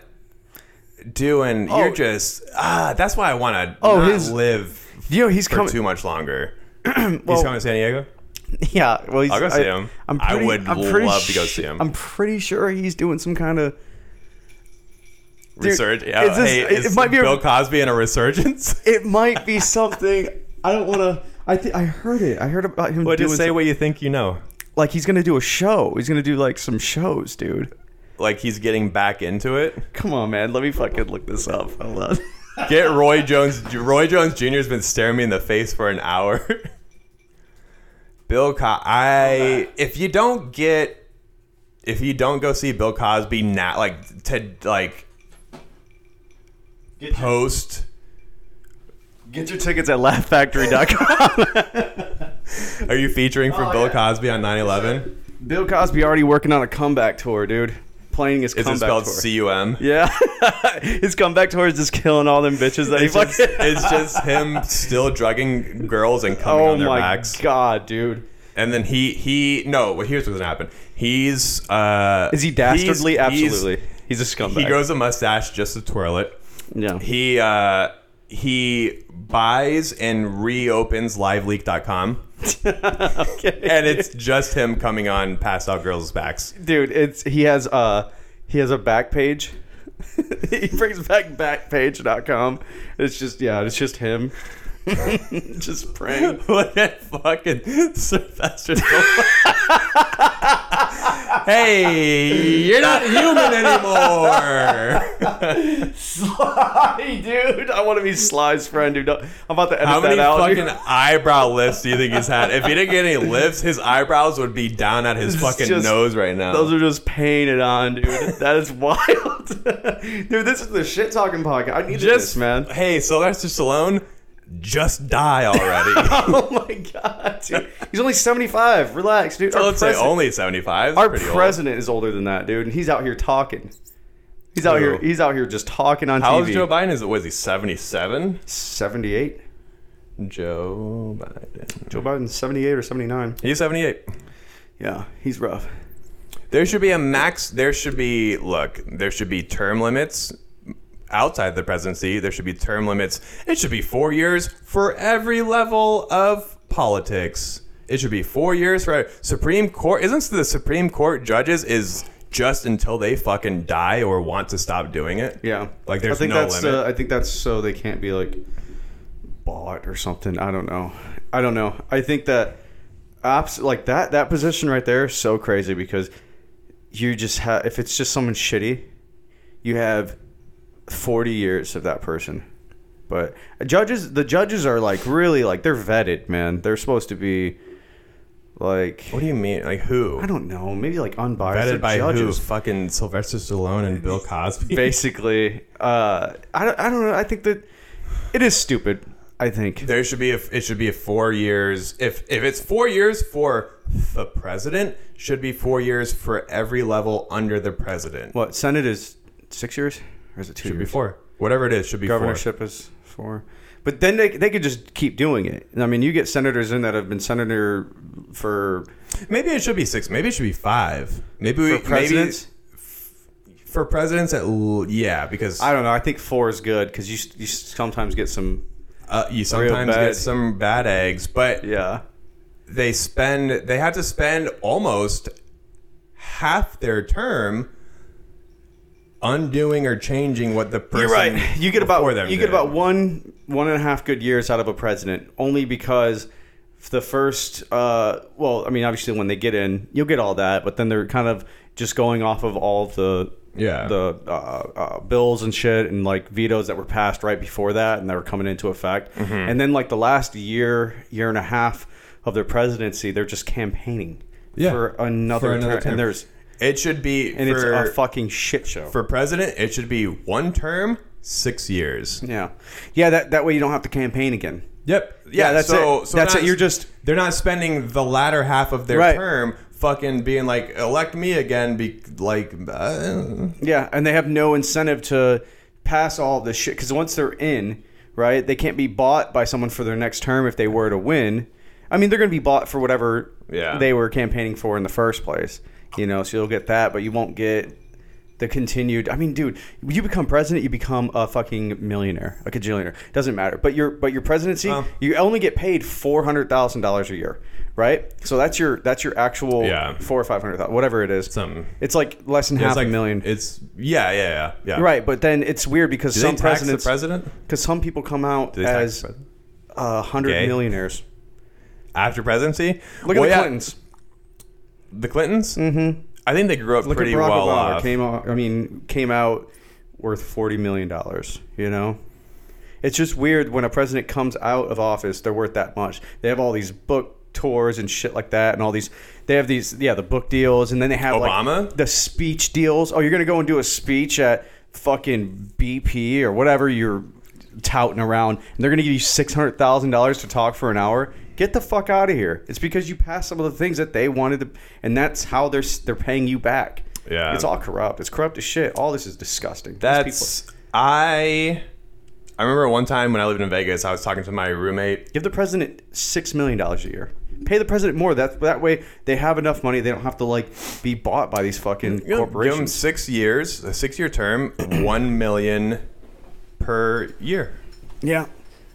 Speaker 1: doing.
Speaker 2: Oh.
Speaker 1: You're just. Ah, that's why I want to
Speaker 2: Oh,
Speaker 1: not
Speaker 2: his-
Speaker 1: live
Speaker 2: you know he's
Speaker 1: for
Speaker 2: coming.
Speaker 1: too much
Speaker 2: [clears throat]
Speaker 1: longer.
Speaker 2: well,
Speaker 1: He's coming to San Diego.
Speaker 2: [laughs] Yeah, well, he's,
Speaker 1: I'll go see him.
Speaker 2: I'm
Speaker 1: I
Speaker 2: pretty,
Speaker 1: would
Speaker 2: I'm pretty
Speaker 1: love to go
Speaker 2: sh-
Speaker 1: see him.
Speaker 2: I'm pretty sure he's doing some kind of.
Speaker 1: Resurge.
Speaker 2: is
Speaker 1: Yeah,
Speaker 2: this-
Speaker 1: hey,
Speaker 2: it-
Speaker 1: is
Speaker 2: it might be a-
Speaker 1: Bill Cosby in a
Speaker 2: [laughs]
Speaker 1: resurgence.
Speaker 2: It
Speaker 1: [laughs]
Speaker 2: might be something. I don't want to. I th- I heard it. I heard about him
Speaker 1: But
Speaker 2: doing
Speaker 1: just say
Speaker 2: some-
Speaker 1: what you think you know.
Speaker 2: like he's gonna do a show. He's gonna do like some shows, dude.
Speaker 1: Like he's getting back into it.
Speaker 2: Come on, man. Let me fucking look this up. Hold on. [laughs]
Speaker 1: Get Roy Jones. Roy Jones Jr. has been staring me in the face for an hour. Bill Cosby. I if you don't get if you don't go see Bill Cosby now, like to like
Speaker 3: Get your-
Speaker 1: post
Speaker 2: Get your tickets at [laughs] laughfactory.com.
Speaker 1: are you featuring for
Speaker 3: Oh,
Speaker 1: Bill
Speaker 3: yeah.
Speaker 1: Cosby on 9/11?
Speaker 2: Bill Cosby already working on a comeback tour, dude. playing his
Speaker 1: Is
Speaker 2: comeback
Speaker 1: it spelled
Speaker 2: tour.
Speaker 1: C U M?
Speaker 2: yeah, [laughs] his comeback tour is just killing all them bitches that he
Speaker 1: It's just,
Speaker 2: fucking.
Speaker 1: it's just him still drugging girls and coming
Speaker 2: [laughs] oh
Speaker 1: on their
Speaker 2: my
Speaker 1: backs.
Speaker 2: god, dude!
Speaker 1: And then he he no. Well, here's what's gonna happen. He's uh.
Speaker 2: Is he
Speaker 1: he's-
Speaker 2: dastardly?
Speaker 1: he's-
Speaker 2: Absolutely, he's, a scumbag.
Speaker 1: he grows a mustache just to twirl it.
Speaker 2: yeah,
Speaker 1: He uh, he buys and reopens
Speaker 2: [laughs]
Speaker 1: liveleak.com. and it's just him coming on passed out girls' backs. [laughs]
Speaker 2: dude. It's he has uh he has a back page. [laughs] he brings back backpage.com. It's just yeah, it's just him. [laughs] just
Speaker 1: [laughs]
Speaker 2: praying.
Speaker 1: Look at fucking Sylvester Stallone. hey, you're not human anymore.
Speaker 2: Sly, dude. I want to be Sly's friend, dude. I'm about to edit
Speaker 1: How
Speaker 2: that
Speaker 1: many
Speaker 2: out. dude.
Speaker 1: fucking eyebrow lifts do you think he's had? If he didn't get any lifts, his eyebrows would be down at his
Speaker 2: It's
Speaker 1: fucking
Speaker 2: just-
Speaker 1: nose right now.
Speaker 2: Those are just painted on, dude.
Speaker 1: [laughs]
Speaker 2: That is wild, dude. This is the shit talking podcast. I need
Speaker 1: [laughs]
Speaker 2: this, man. [laughs]
Speaker 1: Hey, Sylvester Stallone, just die
Speaker 2: [laughs]
Speaker 1: already.
Speaker 2: Oh my god, dude. He's only 75. Relax, dude.
Speaker 1: [laughs]
Speaker 2: Our
Speaker 1: Let's say
Speaker 2: president-
Speaker 1: only 75.
Speaker 2: Our
Speaker 1: Pretty old.
Speaker 2: president is older than that, dude, and he's out here talking. He's out here.
Speaker 1: Who?
Speaker 2: He's out here just talking on
Speaker 1: How
Speaker 2: TV.
Speaker 1: old is Joe Biden? Is it was he 77?
Speaker 2: 78.
Speaker 1: Joe Biden.
Speaker 2: Joe Biden's 78 or 79.
Speaker 1: He's 78.
Speaker 2: Yeah, he's rough.
Speaker 1: There should be a max. There should be look. There should be term limits outside the presidency. There should be term limits. It should be four years for every level of politics. It should be four years for Supreme Court. Isn't the Supreme Court judges is just until they fucking die or want to stop doing it?
Speaker 2: Yeah,
Speaker 1: Like, there's
Speaker 2: I think
Speaker 1: no
Speaker 2: that's,
Speaker 1: limit.
Speaker 2: Uh, I think that's so they can't be like bought or something. I don't know. I don't know. I think that abs- like that that position right there is so crazy because you just have if it's just someone shitty, you have forty years of that person. But judges, the judges are like really like they're vetted, man. They're supposed to be like
Speaker 1: What do you mean? Like who?
Speaker 2: I don't know, maybe like unbiased. They're
Speaker 1: Vetted by
Speaker 2: judges,
Speaker 1: who? Fucking Sylvester Stallone and Bill Cosby.
Speaker 2: [laughs] basically uh I don't, I don't know i think that it is stupid i think
Speaker 1: There should be a it should be a four years if if it's four years for the president should be four years for every level under the president.
Speaker 2: what senate is six years or is it two
Speaker 1: should be
Speaker 2: years
Speaker 1: four. Whatever it is should be four.
Speaker 2: governorship is four but then they, they could just keep doing it i mean you get senators in that have been senator for
Speaker 1: Maybe it should be six. Maybe it should be five. Maybe we,
Speaker 2: for presidents
Speaker 1: maybe for presidents at l- yeah because
Speaker 2: i don't know i think four is good because you, s- you s- sometimes get some
Speaker 1: uh, you sometimes
Speaker 2: bad.
Speaker 1: get some bad eggs, but
Speaker 2: yeah
Speaker 1: they spend they have to spend almost half their term undoing or changing what the person
Speaker 2: You're right. You get about
Speaker 1: before them
Speaker 2: you get
Speaker 1: did.
Speaker 2: about one one and a half good years out of a president, only because the first. Uh, well, I mean, obviously, when they get in, you'll get all that, but then they're kind of just going off of all of the
Speaker 1: Yeah.
Speaker 2: the uh, uh, bills and shit and like vetoes that were passed right before that and that were coming into effect,
Speaker 1: Mm-hmm.
Speaker 2: and then like the last year year and a half of their presidency, they're just campaigning
Speaker 1: Yeah.
Speaker 2: for another,
Speaker 1: For another
Speaker 2: term.
Speaker 1: term.
Speaker 2: and there's
Speaker 1: It should be
Speaker 2: and
Speaker 1: for,
Speaker 2: it's a fucking shit show.
Speaker 1: for president. It should be one term, six years.
Speaker 2: Yeah, yeah. That that way you don't have to campaign again.
Speaker 1: Yep.
Speaker 2: Yeah, that's
Speaker 1: so,
Speaker 2: it.
Speaker 1: So
Speaker 2: That's
Speaker 1: not-
Speaker 2: it. You're just-
Speaker 1: they're not spending the latter half of their
Speaker 2: Right.
Speaker 1: term fucking being like elect me again. Be like uh,
Speaker 2: Yeah, and they have no incentive to pass all this shit because once they're in, right, they can't be bought by someone for their next term if they were to win. I mean, they're going to be bought for whatever
Speaker 1: Yeah.
Speaker 2: they were campaigning for in the first place. You know, so you'll get that, but you won't get the continued. I mean, dude, you become president, you become a fucking millionaire, a cajillionaire. Doesn't matter. But your but your presidency,
Speaker 1: Well-
Speaker 2: you only get paid four hundred thousand dollars a year, right? So that's your that's your actual
Speaker 1: Yeah.
Speaker 2: four or five hundred thousand, whatever it is.
Speaker 1: something.
Speaker 2: It's like less than
Speaker 1: It's
Speaker 2: half
Speaker 1: like
Speaker 2: a million.
Speaker 1: It's yeah, yeah, yeah, yeah.
Speaker 2: Right, but then it's weird because
Speaker 1: Do they
Speaker 2: some
Speaker 1: tax the
Speaker 2: presidents
Speaker 1: president?
Speaker 2: because some people come out
Speaker 1: they tax
Speaker 2: as
Speaker 1: the president?
Speaker 2: uh, hundred
Speaker 1: Gay?
Speaker 2: millionaires.
Speaker 1: after presidency.
Speaker 2: Look
Speaker 1: Well,
Speaker 2: at the
Speaker 1: yeah,
Speaker 2: Clintons.
Speaker 1: The Clintons. Mm-hmm. I think they grew up
Speaker 2: Look
Speaker 1: pretty
Speaker 2: at Barack
Speaker 1: well
Speaker 2: Obama.
Speaker 1: off.
Speaker 2: Came out. I mean, came out worth forty million dollars. You know, it's just weird when a president comes out of office, they're worth that much. They have all these book tours and shit like that, and all these. They have these, yeah, the book deals, and then they have
Speaker 1: Obama?
Speaker 2: like the speech deals. Oh, you're gonna go and do a speech at fucking BP or whatever you're touting around, and they're gonna give you six hundred thousand dollars to talk for an hour. Get the fuck out of here! It's because you passed some of the things that they wanted to, and that's how they're s- they're paying you back.
Speaker 1: Yeah.
Speaker 2: It's all corrupt. It's corrupt as shit. All this is disgusting. These people-
Speaker 1: That's I. I remember one time when I lived in Vegas, I was talking to my roommate.
Speaker 2: give the president six million dollars a year. Pay the president more. That that way they have enough money. They don't have to like be bought by these fucking
Speaker 1: Give him
Speaker 2: corporations.
Speaker 1: six years, a six-year
Speaker 2: [clears throat]
Speaker 1: term, one million per year.
Speaker 2: Yeah,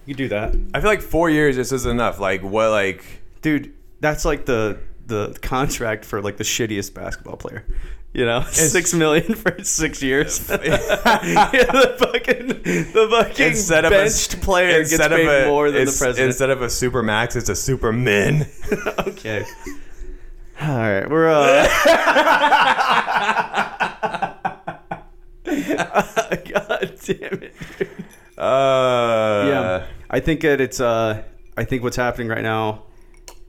Speaker 2: you do that,
Speaker 1: I feel like four years just isn't enough. Like what? Like
Speaker 2: dude. That's like the the contract for like the shittiest basketball player. You know, six million for six
Speaker 1: [laughs]
Speaker 2: years. [laughs] Yeah, the fucking the fucking
Speaker 1: instead of
Speaker 2: benched
Speaker 1: a,
Speaker 2: player gets
Speaker 1: instead of
Speaker 2: paid
Speaker 1: a-
Speaker 2: more than the
Speaker 1: it's-
Speaker 2: president.
Speaker 1: Instead of a super max, it's a super min.
Speaker 2: [laughs] okay. All right, we're
Speaker 1: [laughs]
Speaker 2: uh. [laughs] God damn it.
Speaker 1: [laughs] Uh,
Speaker 2: yeah, I think that it's. Uh, I think what's happening right now,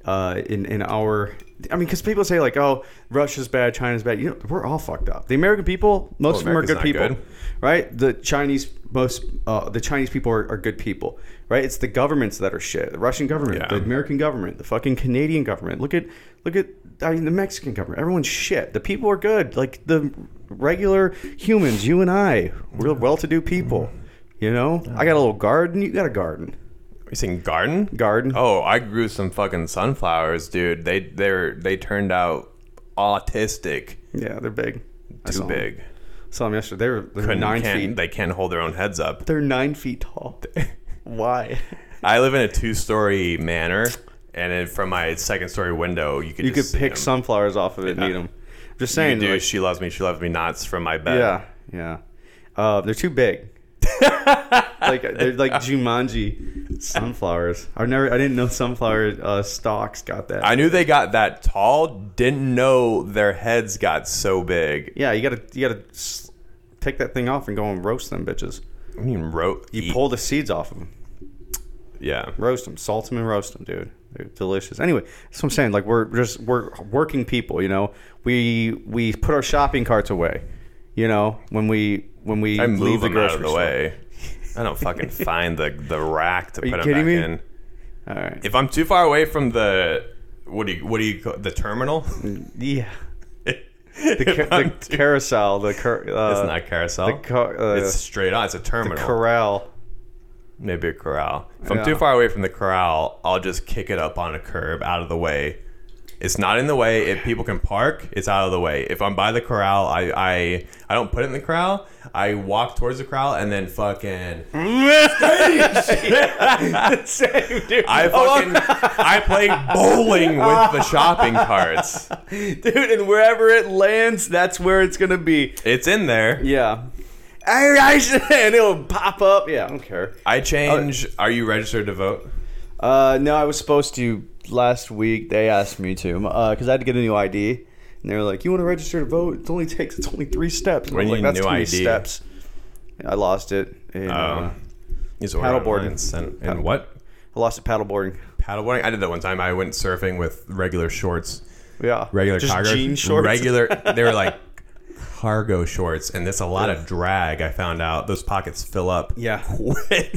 Speaker 2: uh, in in our. I mean, because people say like, "Oh, Russia's bad, China's bad." You know, we're all fucked up. The American people, most
Speaker 1: Well,
Speaker 2: of them are good
Speaker 1: America's
Speaker 2: people,
Speaker 1: not good.
Speaker 2: right? The Chinese most, uh, the Chinese people are, are good people, right? It's the governments that are shit. The Russian government,
Speaker 1: Yeah.
Speaker 2: the American government, the fucking Canadian government. Look at, look at. I mean, the Mexican government. Everyone's shit. The people are good. Like the regular humans, you and I, real well-to-do people. You know, I got a little garden. You got a garden.
Speaker 1: You saying garden?
Speaker 2: Garden.
Speaker 1: Oh, I grew some fucking sunflowers, dude. They they're they turned out autistic,
Speaker 2: Yeah, they're big. I
Speaker 1: too
Speaker 2: saw 'em.
Speaker 1: big.
Speaker 2: Saw them yesterday. They were they were
Speaker 1: Couldn't-
Speaker 2: nine
Speaker 1: can't-
Speaker 2: feet.
Speaker 1: They can't hold their own heads up.
Speaker 2: They're nine
Speaker 1: [laughs]
Speaker 2: feet tall. Why?
Speaker 1: I live in a two-story manor, and then from my second-story window, you could
Speaker 2: You could
Speaker 1: just see
Speaker 2: pick
Speaker 1: them.
Speaker 2: sunflowers off of it and eat them. Just
Speaker 1: You
Speaker 2: saying.
Speaker 1: could do
Speaker 2: like,
Speaker 1: she loves me, she loves me nots from my bed.
Speaker 2: yeah, yeah. Uh, they're
Speaker 1: [laughs]
Speaker 2: too big. like they're like Jumanji sunflowers. I never. I didn't know sunflower uh, stalks got that.
Speaker 1: I knew they got that tall. Didn't know their heads got so big.
Speaker 2: yeah, you gotta you gotta s- take that thing off and go and roast them bitches.
Speaker 1: I mean, ro-
Speaker 2: You
Speaker 1: eat-
Speaker 2: pull the seeds off of them.
Speaker 1: Yeah.
Speaker 2: roast them, salt them, and roast them, dude. They're delicious. Anyway, that's what I'm saying. Like we're just we're working people. You know, we we put our shopping carts away. You know, when we when we
Speaker 1: I
Speaker 2: leave
Speaker 1: move
Speaker 2: the
Speaker 1: them out of
Speaker 2: grocery
Speaker 1: the
Speaker 2: store.
Speaker 1: way. I don't
Speaker 2: [laughs]
Speaker 1: fucking find the the rack to
Speaker 2: you
Speaker 1: put them back
Speaker 2: kidding me?
Speaker 1: in.
Speaker 2: All right.
Speaker 1: If I'm too far away from the what do you what do you call the terminal? [laughs]
Speaker 2: yeah.
Speaker 1: the,
Speaker 2: The, ca- the carousel, the cur- uh,
Speaker 1: it's not carousel.
Speaker 2: the car- uh,
Speaker 1: it's straight on. It's a terminal. [laughs]
Speaker 2: corral.
Speaker 1: Maybe a corral. If I'm
Speaker 2: Yeah.
Speaker 1: too far away from the corral, I'll just kick it up on a curb out of the way. It's not in the way. If people can park, it's out of the way. If I'm by the corral, I I, I don't put it in the corral. I walk towards the corral and then fucking
Speaker 2: Same, dude.
Speaker 1: I
Speaker 2: [laughs] Oh.
Speaker 1: fucking I play bowling with the shopping carts.
Speaker 2: [laughs] dude, and wherever it lands, that's where it's gonna be.
Speaker 1: It's in there.
Speaker 2: Yeah. I, I, [laughs] and it'll pop up. Yeah, I don't care.
Speaker 1: I change. Are you registered to vote?
Speaker 2: Uh, no, I was supposed to last week. They asked me to because I had to get a new ID, and they were like, "You want to register to vote? It only takes it's only three steps." And I
Speaker 1: When
Speaker 2: was
Speaker 1: you
Speaker 2: like,
Speaker 1: new Oh.
Speaker 2: too many
Speaker 1: ID?
Speaker 2: steps. I lost it. In, uh,
Speaker 1: Use the word
Speaker 2: Paddleboarding.
Speaker 1: online. And, and what?
Speaker 2: I lost it paddleboarding.
Speaker 1: Paddleboarding. I did that one time. I went surfing with regular shorts,
Speaker 2: Yeah,
Speaker 1: regular
Speaker 2: just
Speaker 1: cargo
Speaker 2: jean shorts.
Speaker 1: Regular. They were
Speaker 2: [laughs]
Speaker 1: like cargo shorts, and that's a lot of drag. I found out those pockets fill up. [laughs]
Speaker 2: Yeah.
Speaker 1: Quick.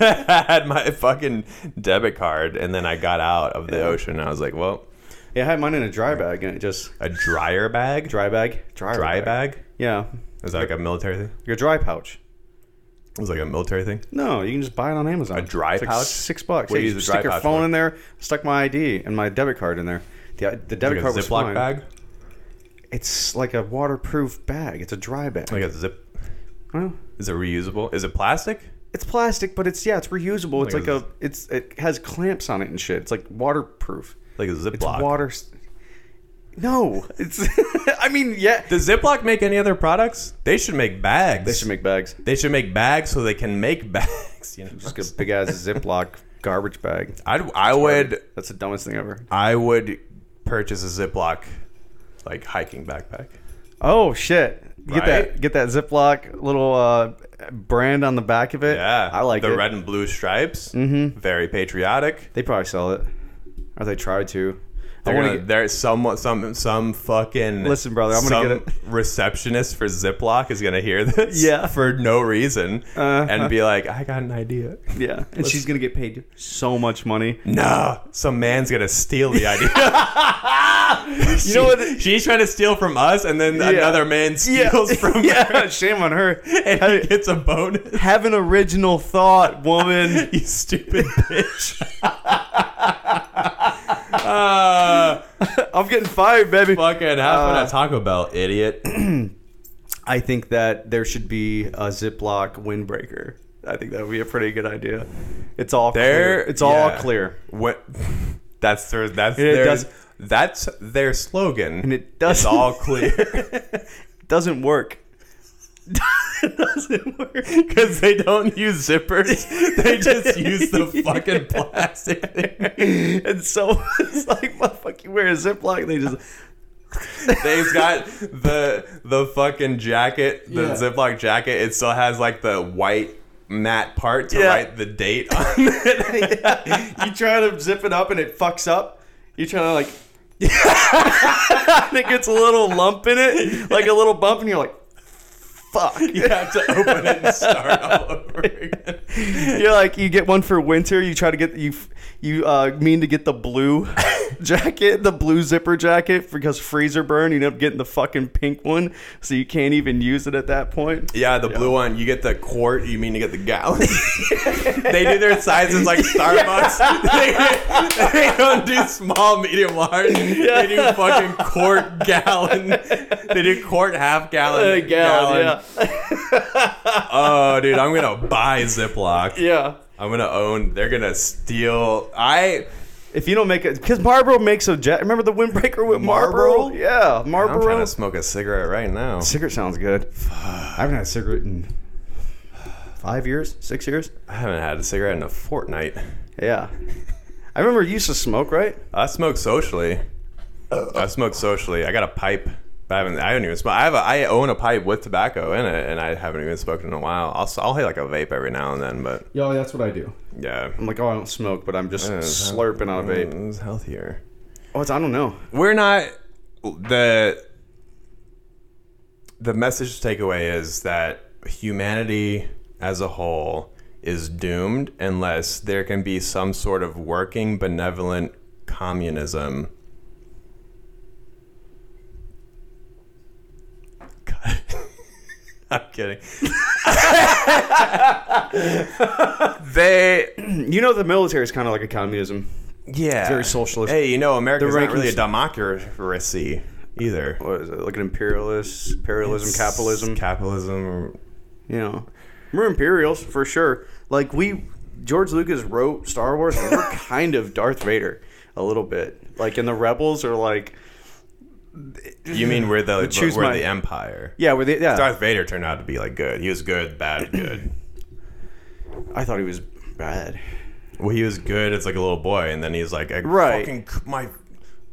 Speaker 1: I had my fucking debit card, and then I got out of the ocean. And I was like, well,
Speaker 2: Yeah, I had mine in a dry bag, and it just
Speaker 1: a dryer bag.
Speaker 2: dry bag, dry,
Speaker 1: Dry bag.
Speaker 2: Yeah,
Speaker 1: Is that like a military thing?
Speaker 2: your dry pouch.
Speaker 1: It was like a military thing.
Speaker 2: No, you can just buy it on Amazon. A
Speaker 1: dry
Speaker 2: it's like
Speaker 1: pouch?
Speaker 2: six bucks.
Speaker 1: What
Speaker 2: Yeah,
Speaker 1: do you
Speaker 2: you
Speaker 1: use a dry
Speaker 2: stick your
Speaker 1: pouch
Speaker 2: phone
Speaker 1: for?
Speaker 2: in there. Stuck my ID and my debit card in there. The, the
Speaker 1: Like
Speaker 2: debit
Speaker 1: a
Speaker 2: card was
Speaker 1: Ziploc
Speaker 2: fine.
Speaker 1: bag.
Speaker 2: It's like a waterproof bag. It's a dry bag.
Speaker 1: Like a zip.
Speaker 2: Well,
Speaker 1: Is it reusable? Is it plastic?
Speaker 2: it's plastic, but it's yeah, it's reusable. It's
Speaker 1: Like
Speaker 2: like
Speaker 1: a-
Speaker 2: a it's it has clamps on it and shit. It's like waterproof.
Speaker 1: Like a Ziploc.
Speaker 2: It's water. No, it's. [laughs] I mean, yeah.
Speaker 1: Does Ziploc make any other products? They should make bags.
Speaker 2: They should make bags.
Speaker 1: They should make bags so they can make [laughs] bags. You know,
Speaker 2: Just get a big ass Ziploc garbage bag.
Speaker 1: I'd, I would
Speaker 2: That's the dumbest thing ever.
Speaker 1: I would purchase a Ziploc like hiking backpack.
Speaker 2: Oh shit! Get
Speaker 1: Right?
Speaker 2: that get that Ziploc little uh, brand on the back of it.
Speaker 1: Yeah,
Speaker 2: I like
Speaker 1: the
Speaker 2: it.
Speaker 1: red and blue stripes. Mm-hmm. Very patriotic.
Speaker 2: They probably sell it, or they try to.
Speaker 1: They're
Speaker 2: wanna
Speaker 1: gonna,
Speaker 2: get-
Speaker 1: there's some some some fucking
Speaker 2: Listen, brother, I'm gonna
Speaker 1: some
Speaker 2: get it.
Speaker 1: Receptionist for Ziploc is gonna hear this, [laughs]
Speaker 2: Yeah.
Speaker 1: for no reason,
Speaker 2: Uh-huh.
Speaker 1: and be like, "I got an idea."
Speaker 2: Yeah, and she's gonna get paid so much [laughs] money.
Speaker 1: No, some man's gonna steal the
Speaker 2: [laughs]
Speaker 1: idea. you know what? She's trying to steal from us, and then another man steals
Speaker 2: [laughs]
Speaker 1: from her, [laughs]
Speaker 2: shame on her.
Speaker 1: and he gets a bonus.
Speaker 2: Have an original thought, [laughs] woman.
Speaker 1: [laughs] you stupid bitch. uh,
Speaker 2: I'm getting fired, baby.
Speaker 1: fucking half uh, a Taco Bell, idiot.
Speaker 2: I think that there should be a Ziploc windbreaker. I think that would be a pretty good idea. It's all
Speaker 1: There-
Speaker 2: clear. It's all
Speaker 1: yeah.
Speaker 2: clear,
Speaker 1: [clears throat] What? That's their. That's
Speaker 2: And it
Speaker 1: their.
Speaker 2: does-
Speaker 1: that's their slogan.
Speaker 2: and it does
Speaker 1: It's all
Speaker 2: [laughs]
Speaker 1: clear
Speaker 2: doesn't work. [laughs] doesn't
Speaker 1: [laughs]
Speaker 2: work.
Speaker 1: because they don't use zippers. They just use the [laughs] fucking plastic.
Speaker 2: and so it's like, motherfucker, you wear a Ziploc, and they just [laughs]
Speaker 1: They've got the the fucking jacket, the
Speaker 2: Yeah.
Speaker 1: Ziploc jacket. It still has like the white matte part to
Speaker 2: Yeah.
Speaker 1: write the date on [laughs] it.
Speaker 2: you try to zip it up and it fucks up. You try to like, [laughs] and it gets a little lump in it, like a little bump, and you're like, fuck.
Speaker 1: you have to open it and start all over again.
Speaker 2: You're like, you get one for winter. You try to get you, you uh, mean to get the [laughs] blue jacket, the blue zipper jacket, because freezer burn. You end up getting the fucking pink one, so you can't even use it at that point.
Speaker 1: Yeah, the blue one. You get the quart. You mean to get the gallon? they do their sizes like Starbucks. [laughs] they, they don't do small, medium, large. They do fucking quart, gallon. They do quart, half gallon,
Speaker 2: Uh, gallon,
Speaker 1: Oh, dude, I'm gonna buy Ziploc.
Speaker 2: yeah, yeah.
Speaker 1: I'm gonna own. They're gonna steal. I.
Speaker 2: If you don't make it, because Marlboro makes a jet. Remember the windbreaker with Marlboro?
Speaker 1: Marlboro?
Speaker 2: Yeah, Marlboro.
Speaker 1: I'm trying to smoke a cigarette right now.
Speaker 2: Cigarette sounds good. I haven't had a cigarette in five years, six years.
Speaker 1: I haven't had a cigarette in a fortnight.
Speaker 2: Yeah. I remember you used to smoke, right?
Speaker 1: I smoke socially. I smoke socially. I got a pipe. But I haven't. I haven't even smoked. I have. A, I own a pipe with tobacco in it, and I haven't even smoked in a while. I'll. s- I'll hit like a vape every now and then, but
Speaker 2: Yeah, that's what I do.
Speaker 1: yeah.
Speaker 2: I'm like, oh, I don't smoke, but I'm just slurping on a vape.
Speaker 1: It's healthier.
Speaker 2: Oh, it's, I don't know. [clears throat]
Speaker 1: We're not the. The message takeaway is that humanity as a whole is doomed unless there can be some sort of working benevolent communism. [laughs] God. I'm kidding. [laughs] they
Speaker 2: You know, the military is kind of like a communism.
Speaker 1: yeah.
Speaker 2: very socialist.
Speaker 1: Hey, you know, America's
Speaker 2: The
Speaker 1: not really a
Speaker 2: rankings-
Speaker 1: democracy either.
Speaker 2: What is it? Like an imperialist, imperialism, capitalism.
Speaker 1: Capitalism.
Speaker 2: you know, we're Imperials for sure. Like we, George Lucas wrote Star Wars. but We're kind of Darth Vader a little bit. Like, and the Rebels are like,
Speaker 1: You mean we're the
Speaker 2: choose
Speaker 1: we're
Speaker 2: my-
Speaker 1: the empire?
Speaker 2: yeah, we're the, yeah.
Speaker 1: Darth Vader turned out to be like good. He was good,
Speaker 2: [clears throat]
Speaker 1: bad, good.
Speaker 2: I thought he was bad.
Speaker 1: well, he was good as like a little boy, and then he's like, I
Speaker 2: Right.
Speaker 1: fucking c- my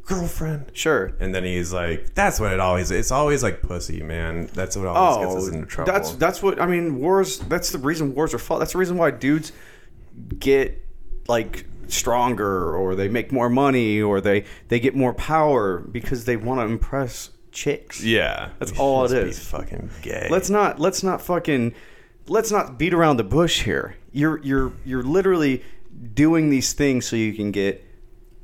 Speaker 1: girlfriend.
Speaker 2: Sure.
Speaker 1: And then he's like, that's what it always. It's always like pussy, man. That's what always gets
Speaker 2: Oh,
Speaker 1: us into trouble.
Speaker 2: that's that's what I mean. Wars. That's the reason wars are fought. That's the reason why dudes get like stronger, or they make more money, or they they get more power because they want to impress chicks.
Speaker 1: yeah. That's
Speaker 2: all it is.
Speaker 1: Fucking gay.
Speaker 2: let's not let's not fucking let's not beat around the bush here. You're you're you're literally doing these things so you can get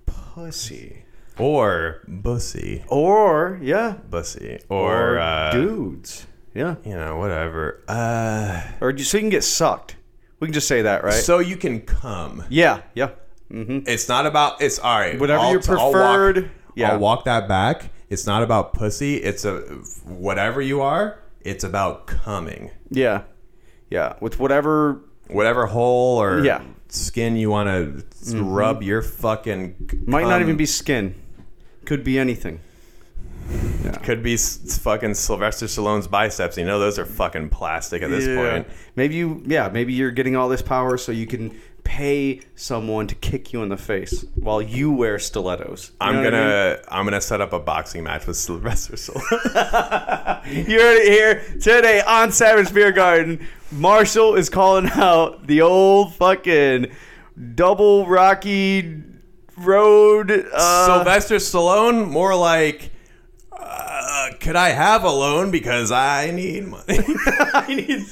Speaker 2: pussy
Speaker 1: or bussy,
Speaker 2: or yeah
Speaker 1: bussy, or, uh,
Speaker 2: dudes yeah
Speaker 1: you know, whatever. Uh,
Speaker 2: or just, so you can get sucked. We can just say that, right?
Speaker 1: so you can come.
Speaker 2: yeah, yeah.
Speaker 1: It's not about. It's all right.
Speaker 2: Whatever
Speaker 1: I'll-
Speaker 2: your
Speaker 1: I'll walk-
Speaker 2: preferred- yeah.
Speaker 1: I'll walk that back. It's not about pussy. It's a whatever you are. It's about coming.
Speaker 2: Yeah. Yeah, with whatever
Speaker 1: Whatever hole or
Speaker 2: Yeah. Mm-hmm.
Speaker 1: skin you want to rub your fucking
Speaker 2: might not
Speaker 1: cum-
Speaker 2: even be skin. Could be anything.
Speaker 1: could be s- fucking Sylvester Stallone's biceps. You know those are fucking plastic at this point.
Speaker 2: Maybe you yeah, maybe you're getting all this power so you can pay someone to kick you in the face while you wear stilettos. You know
Speaker 1: I'm
Speaker 2: what I
Speaker 1: gonna
Speaker 2: mean?
Speaker 1: I'm gonna set up a boxing match with [laughs] Sylvester Stallone.
Speaker 2: You heard it here today on Savage Beer Garden. Marshall is calling out the old fucking double Rocky road. [laughs]
Speaker 1: [laughs]
Speaker 2: Uh,
Speaker 1: Sylvester Stallone, more like, uh, could I have a loan because I need money?
Speaker 2: I need.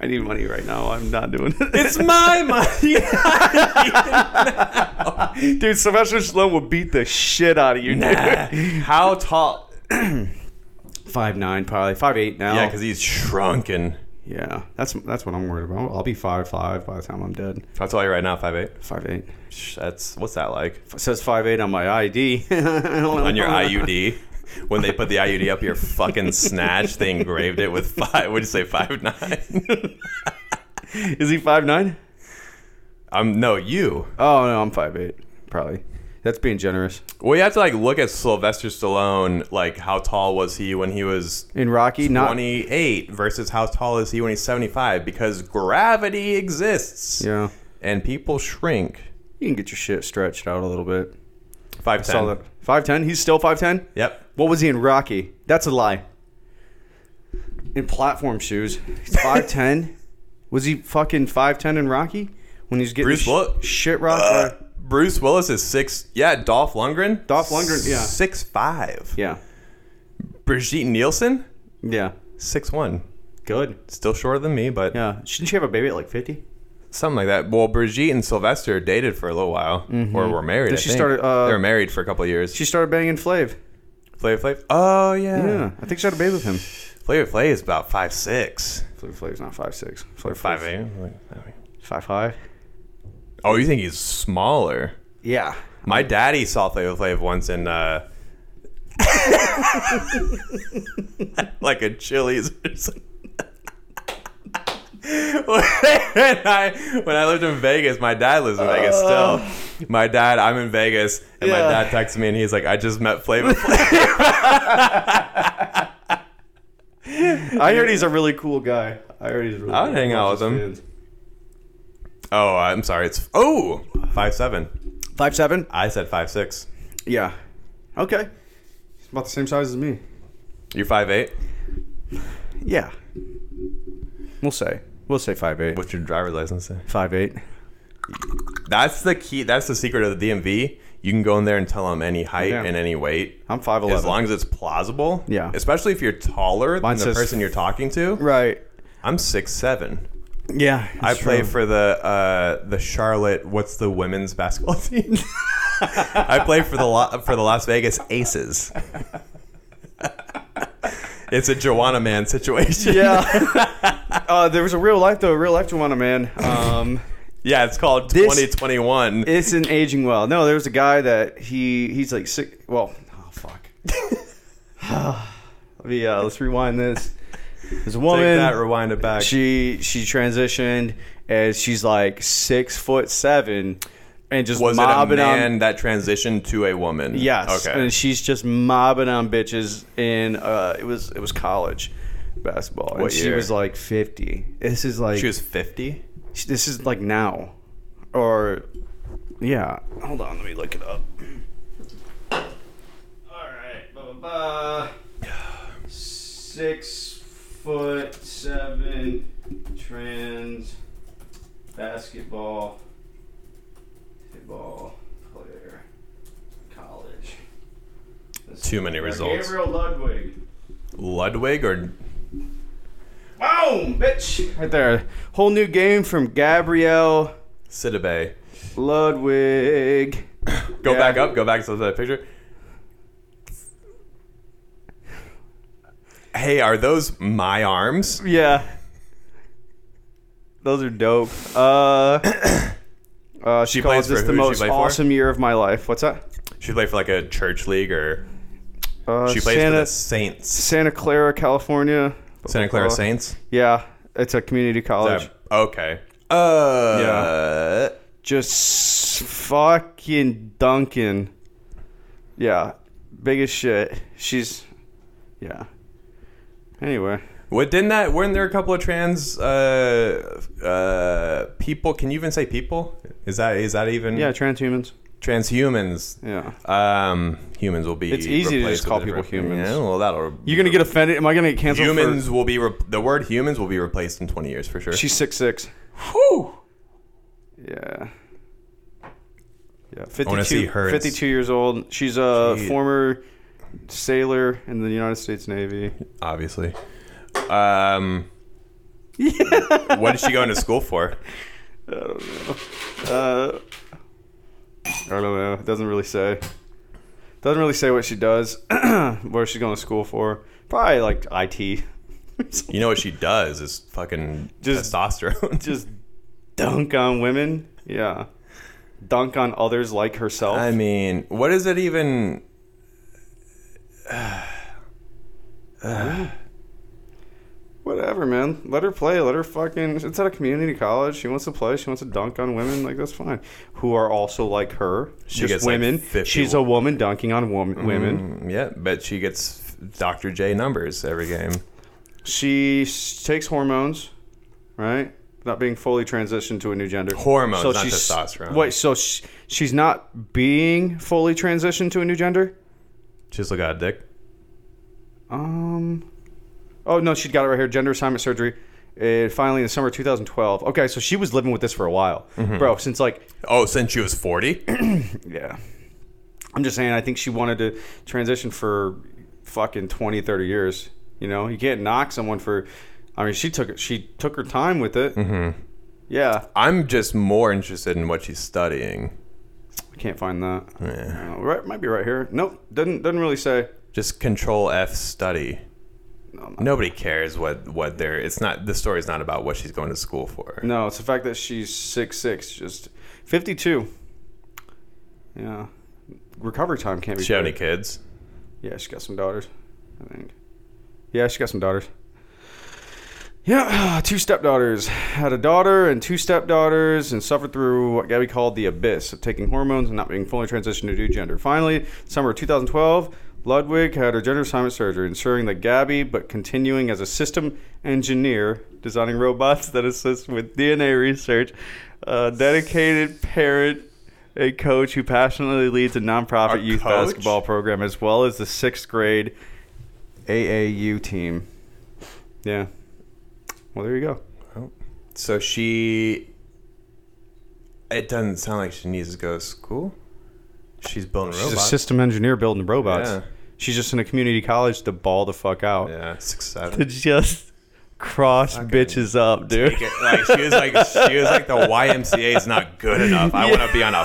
Speaker 2: I need money right now. I'm not doing it.
Speaker 1: it's [laughs] my money.
Speaker 2: dude, Sylvester Stallone will beat the shit out of you.
Speaker 1: Nah.
Speaker 2: Dude.
Speaker 1: How tall?
Speaker 2: [clears throat] Five nine, probably five eight now.
Speaker 1: Yeah, because he's shrunken.
Speaker 2: yeah, that's that's what I'm worried about. I'll be five five by the time I'm dead.
Speaker 1: I'll tell you right now, five eight.
Speaker 2: Five eight.
Speaker 1: That's what's that like
Speaker 2: It says five eight on my [laughs] ID.
Speaker 1: on your IUD? When they put the IUD up your fucking snatch, they engraved it with five. Would you say five nine? [laughs]
Speaker 2: Is he five nine?
Speaker 1: um, no, you.
Speaker 2: Oh no, I'm five eight. Probably. That's being generous.
Speaker 1: Well, you have to like look at Sylvester Stallone. Like, how tall was he when he was
Speaker 2: In Rocky, not
Speaker 1: 28 versus how tall is he when he's 75 because gravity exists
Speaker 2: yeah.
Speaker 1: and people shrink
Speaker 2: You can get your shit stretched out a little bit.
Speaker 1: 510
Speaker 2: Saw that. Five ten. He's still five ten.
Speaker 1: yep
Speaker 2: What was he in Rocky? That's a lie. In platform shoes, he's
Speaker 1: [laughs]
Speaker 2: five ten. Was he fucking five ten in Rocky when he was getting
Speaker 1: Bruce
Speaker 2: sh-
Speaker 1: Willis?
Speaker 2: shit rocked? by-
Speaker 1: bruce willis is six yeah dolph lundgren
Speaker 2: Dolph Lundgren, yeah.
Speaker 1: six five
Speaker 2: yeah,
Speaker 1: brigitte nielsen
Speaker 2: yeah,
Speaker 1: six one
Speaker 2: good.
Speaker 1: still shorter than me but
Speaker 2: Yeah, shouldn't she have a baby at like fifty?
Speaker 1: something like that well brigitte and sylvester dated for a little while or were married
Speaker 2: Mm-hmm. Then
Speaker 1: I
Speaker 2: she
Speaker 1: think.
Speaker 2: started, uh,
Speaker 1: they were married for a couple of years
Speaker 2: She started banging Flav.
Speaker 1: Flavor Flav. oh yeah.
Speaker 2: Yeah, I think she had a baby with him.
Speaker 1: Flavor Flav is about five six
Speaker 2: Flav Flav's not five six. Flav
Speaker 1: five eight
Speaker 2: Five five.
Speaker 1: oh you think he's smaller [laughs]
Speaker 2: Yeah.
Speaker 1: My daddy saw Flavor Flav once in uh, [laughs] like a Chili's or something. when I when I lived in Vegas, my dad lives in Vegas still. My dad, I'm in Vegas, and my
Speaker 2: Yeah.
Speaker 1: dad texts me and he's like, "I just met Flavor Flav."
Speaker 2: I heard he's a really cool guy. I heard he's really.
Speaker 1: I would hang out with him. oh, I'm sorry, it's oh five seven.
Speaker 2: Five seven.
Speaker 1: I said five six.
Speaker 2: Yeah. Okay. He's about the same size as me.
Speaker 1: You're five eight.
Speaker 2: Yeah. We'll say. We'll say five eight.
Speaker 1: What's your driver's license? Say?
Speaker 2: Five eight.
Speaker 1: That's the key. That's the secret of the DMV. You can go in there and tell them any height
Speaker 2: Yeah.
Speaker 1: and any weight.
Speaker 2: I'm five eleven.
Speaker 1: as long as it's plausible.
Speaker 2: Yeah.
Speaker 1: Especially if you're taller
Speaker 2: Mine
Speaker 1: than the
Speaker 2: says-
Speaker 1: person you're talking to.
Speaker 2: right.
Speaker 1: I'm six seven.
Speaker 2: Yeah.
Speaker 1: I play for the uh, the Charlotte. What's the women's basketball [laughs] team? I play for the La- for the Las Vegas Aces. [laughs] it's a Joanna Man situation.
Speaker 2: [laughs] Yeah. [laughs] uh, there was a real life though. A real life Joanna man. Um,
Speaker 1: [laughs] Yeah, it's called
Speaker 2: This-
Speaker 1: 2021.
Speaker 2: it's an aging well. No, there was a guy that he he's like sick. Well, oh fuck. [sighs] Let me, uh, let's rewind this. There's a
Speaker 1: Take
Speaker 2: woman.
Speaker 1: that, rewind it back.
Speaker 2: she she transitioned as she's like six foot seven, and just
Speaker 1: was it a
Speaker 2: mobbing on
Speaker 1: man that transitioned to a woman?
Speaker 2: Yes.
Speaker 1: Okay.
Speaker 2: And she's just mobbing on bitches in uh it was it was college basketball. and
Speaker 1: What
Speaker 2: she
Speaker 1: year?
Speaker 2: was like 50. This is like
Speaker 1: she was 50.
Speaker 2: this is like now or yeah. Hold on, let me look it up. All right. Blah, blah, blah. 6 foot 7 trans basketball football player college.
Speaker 1: Too many results.
Speaker 2: Gabriel Ludwig.
Speaker 1: Ludwig or
Speaker 2: Boom, bitch. Right there. Whole new game from Gabrielle
Speaker 1: Sidibe?
Speaker 2: Ludwig. [coughs]
Speaker 1: Go
Speaker 2: Yeah.
Speaker 1: back up. Go back to the picture. Hey, are those my arms?
Speaker 2: Yeah. Those are dope. Uh, [coughs] uh, she,
Speaker 1: plays
Speaker 2: calls
Speaker 1: for
Speaker 2: this the
Speaker 1: who? She
Speaker 2: most
Speaker 1: play for?
Speaker 2: awesome year of my life. What's that?
Speaker 1: She played for like a church league, or
Speaker 2: Uh,
Speaker 1: she plays for
Speaker 2: Santa,
Speaker 1: the Saints,
Speaker 2: Santa Clara, California.
Speaker 1: Santa Clara
Speaker 2: Saint.
Speaker 1: Saints.
Speaker 2: Yeah, it's a community college.
Speaker 1: Okay. Uh,
Speaker 2: Just fucking dunking. Yeah, big as shit. She's, yeah. Anyway,
Speaker 1: What didn't that? Weren't there a couple of trans uh, uh, people? Can you even say people? Is that is that even
Speaker 2: yeah, transhumans.
Speaker 1: transhumans?
Speaker 2: Yeah.
Speaker 1: Um, humans will be.
Speaker 2: It's easy to
Speaker 1: replaced
Speaker 2: just call
Speaker 1: with a
Speaker 2: people
Speaker 1: different-
Speaker 2: humans.
Speaker 1: Yeah, well, that'll.
Speaker 2: You gonna get offended? Am I gonna get canceled? for-
Speaker 1: humans will be re- the word humans will be replaced in 20 years for sure
Speaker 2: she's six six.
Speaker 1: Whew.
Speaker 2: Yeah. Yeah,
Speaker 1: wanna
Speaker 2: 52,
Speaker 1: see hers.
Speaker 2: 52 years old. She's a
Speaker 1: Jeez.
Speaker 2: former sailor in the United States Navy.
Speaker 1: obviously. Um, what is she going to school for?
Speaker 2: Uh, I don't know. It doesn't really say. Doesn't really say what she does, [clears throat] where she's going to school for. Probably like IT.
Speaker 1: You know what she does is fucking
Speaker 2: Just-
Speaker 1: testosterone.
Speaker 2: [laughs] Just [laughs] dunk on women. Yeah. Dunk on others like herself.
Speaker 1: I mean, what is it even?
Speaker 2: Whatever, man. Let her play. Let her fucking. It's at a community college. She wants to play. She wants to dunk on women. Like that's fine. Who are also like her. just
Speaker 1: gets, like,
Speaker 2: women.
Speaker 1: 50
Speaker 2: She's a woman dunking on wom- women.
Speaker 1: Mm, yeah, but she gets Dr. J numbers every game.
Speaker 2: She s- takes hormones, right? Not being fully transitioned to a new gender.
Speaker 1: Hormones, not
Speaker 2: she's-
Speaker 1: testosterone.
Speaker 2: Wait, so sh she's not being fully transitioned to a new gender?
Speaker 1: She's still got a dick.
Speaker 2: Um. Oh no, she got it right here. Gender assignment surgery. It finally in the summer of 2012. Okay, so she was living with this for a while,
Speaker 1: Mm-hmm.
Speaker 2: bro. Since like
Speaker 1: Oh, since she was forty.
Speaker 2: Yeah. I'm just saying, I think she wanted to transition for fucking 20, 30 years. You know, you can't knock someone for. I mean, she took she took her time with it. Mm-hmm. Yeah,
Speaker 1: I'm just more interested in what she's studying.
Speaker 2: I can't find that.
Speaker 1: Yeah.
Speaker 2: Uh, right, might be right here. Nope, doesn't doesn't really say.
Speaker 1: Just Control F study.
Speaker 2: No, I'm
Speaker 1: Nobody cares what what they're. It's not the story's not about what she's going to school for.
Speaker 2: No, it's the fact that she's six six, just fifty two. Yeah, recovery time can't be.
Speaker 1: Does she have
Speaker 2: good.
Speaker 1: any kids?
Speaker 2: Yeah, she got some daughters, I think. Yeah, she got some daughters. Yeah, two stepdaughters. Had a daughter and two stepdaughters and suffered through what Gabby called the abyss of taking hormones and not being fully transitioned to new gender. Finally, summer of 2012, Ludwig had her gender assignment surgery, ensuring that Gabby, but continuing as a system engineer, designing robots that assist with DNA research, a dedicated parent, a coach who passionately leads a
Speaker 1: A
Speaker 2: nonprofit youth
Speaker 1: coach?
Speaker 2: basketball program, as well as the sixth grade AAU team. Yeah. Well, there you go.
Speaker 1: So she. It doesn't sound like she needs to go to school. She's building
Speaker 2: She's a
Speaker 1: robots.
Speaker 2: system engineer building robots.
Speaker 1: Yeah.
Speaker 2: She's just in a community college to ball the fuck out.
Speaker 1: yeah, six
Speaker 2: To
Speaker 1: seven.
Speaker 2: [laughs] just cross bitches up, dude.
Speaker 1: like she was like she was like the YMCA is not good enough. I want to be on a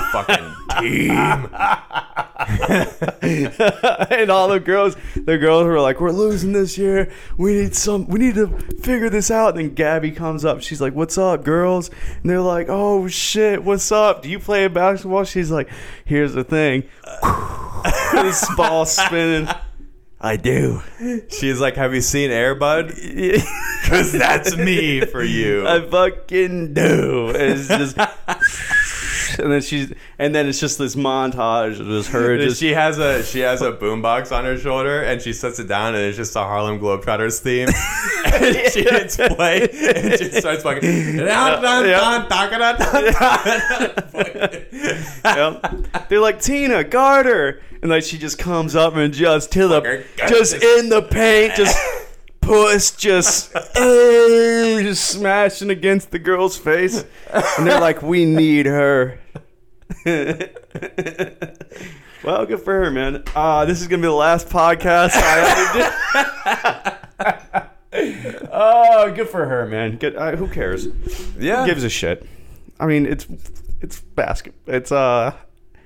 Speaker 1: fucking team.
Speaker 2: [laughs] and all the girls, the girls were like, "We're losing this year. We need some. We need to figure this out." And then Gabby comes up. She's like, "What's up, girls?" And they're like, "Oh shit, what's up? Do you play basketball?" She's like, "Here's the thing." [laughs] this ball spinning. I do. [laughs]
Speaker 1: She's like, have you seen Airbud? Because that's me for you.
Speaker 2: I fucking do. And
Speaker 1: [laughs]
Speaker 2: it's just. And then she's, and then it's just this montage of just her just
Speaker 1: she has a she has a boombox on her shoulder and she sets it down and it's just a Harlem Globetrotters theme. and she hits play and she starts fucking.
Speaker 2: Yep. They're like Tina Garter, and like she just comes up and just to the,
Speaker 1: Fucker.
Speaker 2: just in the paint, just puss, just, eh, just smashing against the girl's face, and they're like, "We need her." [laughs] well, good for her, man. Uh, this is gonna be the last podcast I ever do. [laughs] oh, good for her, man. Good. Uh, who cares?
Speaker 1: yeah.
Speaker 2: gives a shit. I mean, it's it's basket. It's uh,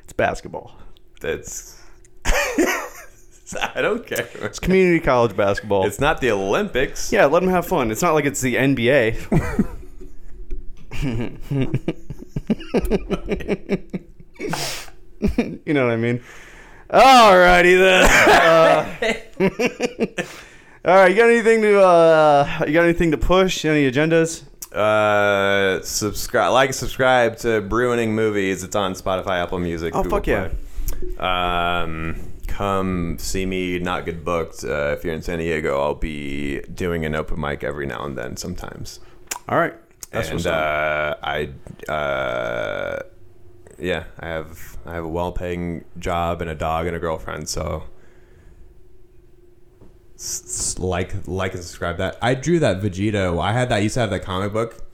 Speaker 2: it's basketball.
Speaker 1: That's. [laughs] I don't care.
Speaker 2: It's community college basketball.
Speaker 1: It's not the Olympics.
Speaker 2: yeah, let them have fun. It's not like it's the [laughs] NBA. you know what I mean? Alrighty then. [laughs] Uh, all right, you got anything to uh, you got anything to push? Any agendas?
Speaker 1: Uh, subscribe, like, and subscribe to Bruining Movies. It's on Spotify, Apple Music.
Speaker 2: Oh
Speaker 1: Google
Speaker 2: fuck yeah!
Speaker 1: Play. Um, come see me. Not good booked. Uh, if you're in San Diego, I'll be doing an open mic every now and then. Sometimes.
Speaker 2: All right, that's
Speaker 1: and
Speaker 2: what's up.
Speaker 1: uh, I, uh, yeah, I have I have a well-paying job and a dog and a girlfriend, so s- s- like like and subscribe that. I drew that Vegeta. I had that. I used to have that comic book,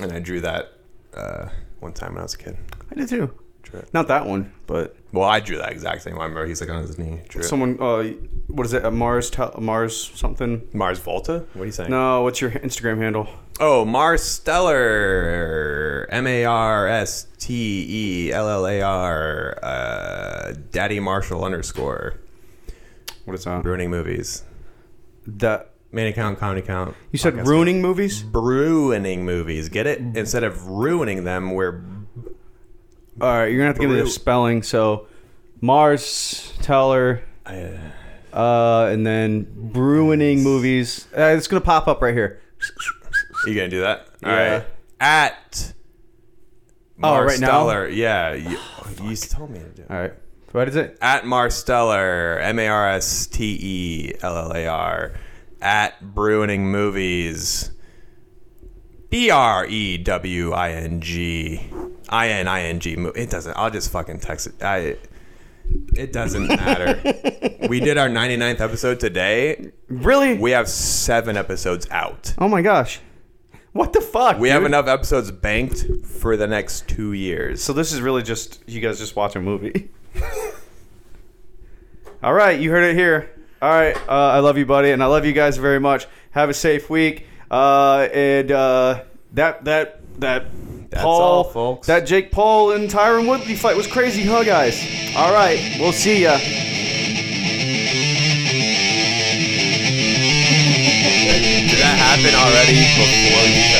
Speaker 1: and I drew that uh, one time when I was a kid.
Speaker 2: I did too.
Speaker 1: trip.
Speaker 2: Not that one, but
Speaker 1: Well, I drew that exact same one. I remember he's like on his knee. Drew it.
Speaker 2: someone. Uh, what is it? A Mars Tel Mars something?
Speaker 1: Mars Volta? What are you saying?
Speaker 2: No, what's your Instagram handle?
Speaker 1: Oh, Mars Stellar. M A R S T E L L A R. uh, Daddy Marshall underscore.
Speaker 2: What is that?
Speaker 1: Ruining movies.
Speaker 2: That
Speaker 1: Man account, comedy count.
Speaker 2: you said ruining movies?
Speaker 1: Bruining movies. Get it? Instead of ruining them, we're.
Speaker 2: Mm-hmm. All right, you're gonna have to give me the
Speaker 1: Bru-
Speaker 2: spelling. So Mars Teller,
Speaker 1: I-
Speaker 2: uh, and then ruining movies. Uh, it's gonna pop up right here.
Speaker 1: You gonna do that? All
Speaker 2: Yeah.
Speaker 1: right. At.
Speaker 2: Oh,
Speaker 1: Mars
Speaker 2: right now?
Speaker 1: Stellar. Yeah. You, oh, you told me to do it.
Speaker 2: All right, what is it?
Speaker 1: at Marstellar, M A R S T E L L A R, at Bruining Movies, B R E W I N G, I N I N G. mo- It doesn't. I'll just fucking text it. I. It doesn't matter. we did our 99th episode today.
Speaker 2: Really?
Speaker 1: We have seven episodes out.
Speaker 2: oh my gosh, what the fuck?
Speaker 1: We have
Speaker 2: dude?
Speaker 1: enough episodes banked for the next two years.
Speaker 2: So this is really just you guys just watch a movie. [laughs] All right, you heard it here. All right, uh, I love you, buddy, and I love you guys very much. Have a safe week. Uh, and uh, that that that
Speaker 1: That's
Speaker 2: Paul,
Speaker 1: all, folks.
Speaker 2: that Jake Paul and Tyron Woodley fight was crazy, huh, guys? All right, we'll see ya.
Speaker 1: Did that happen already before we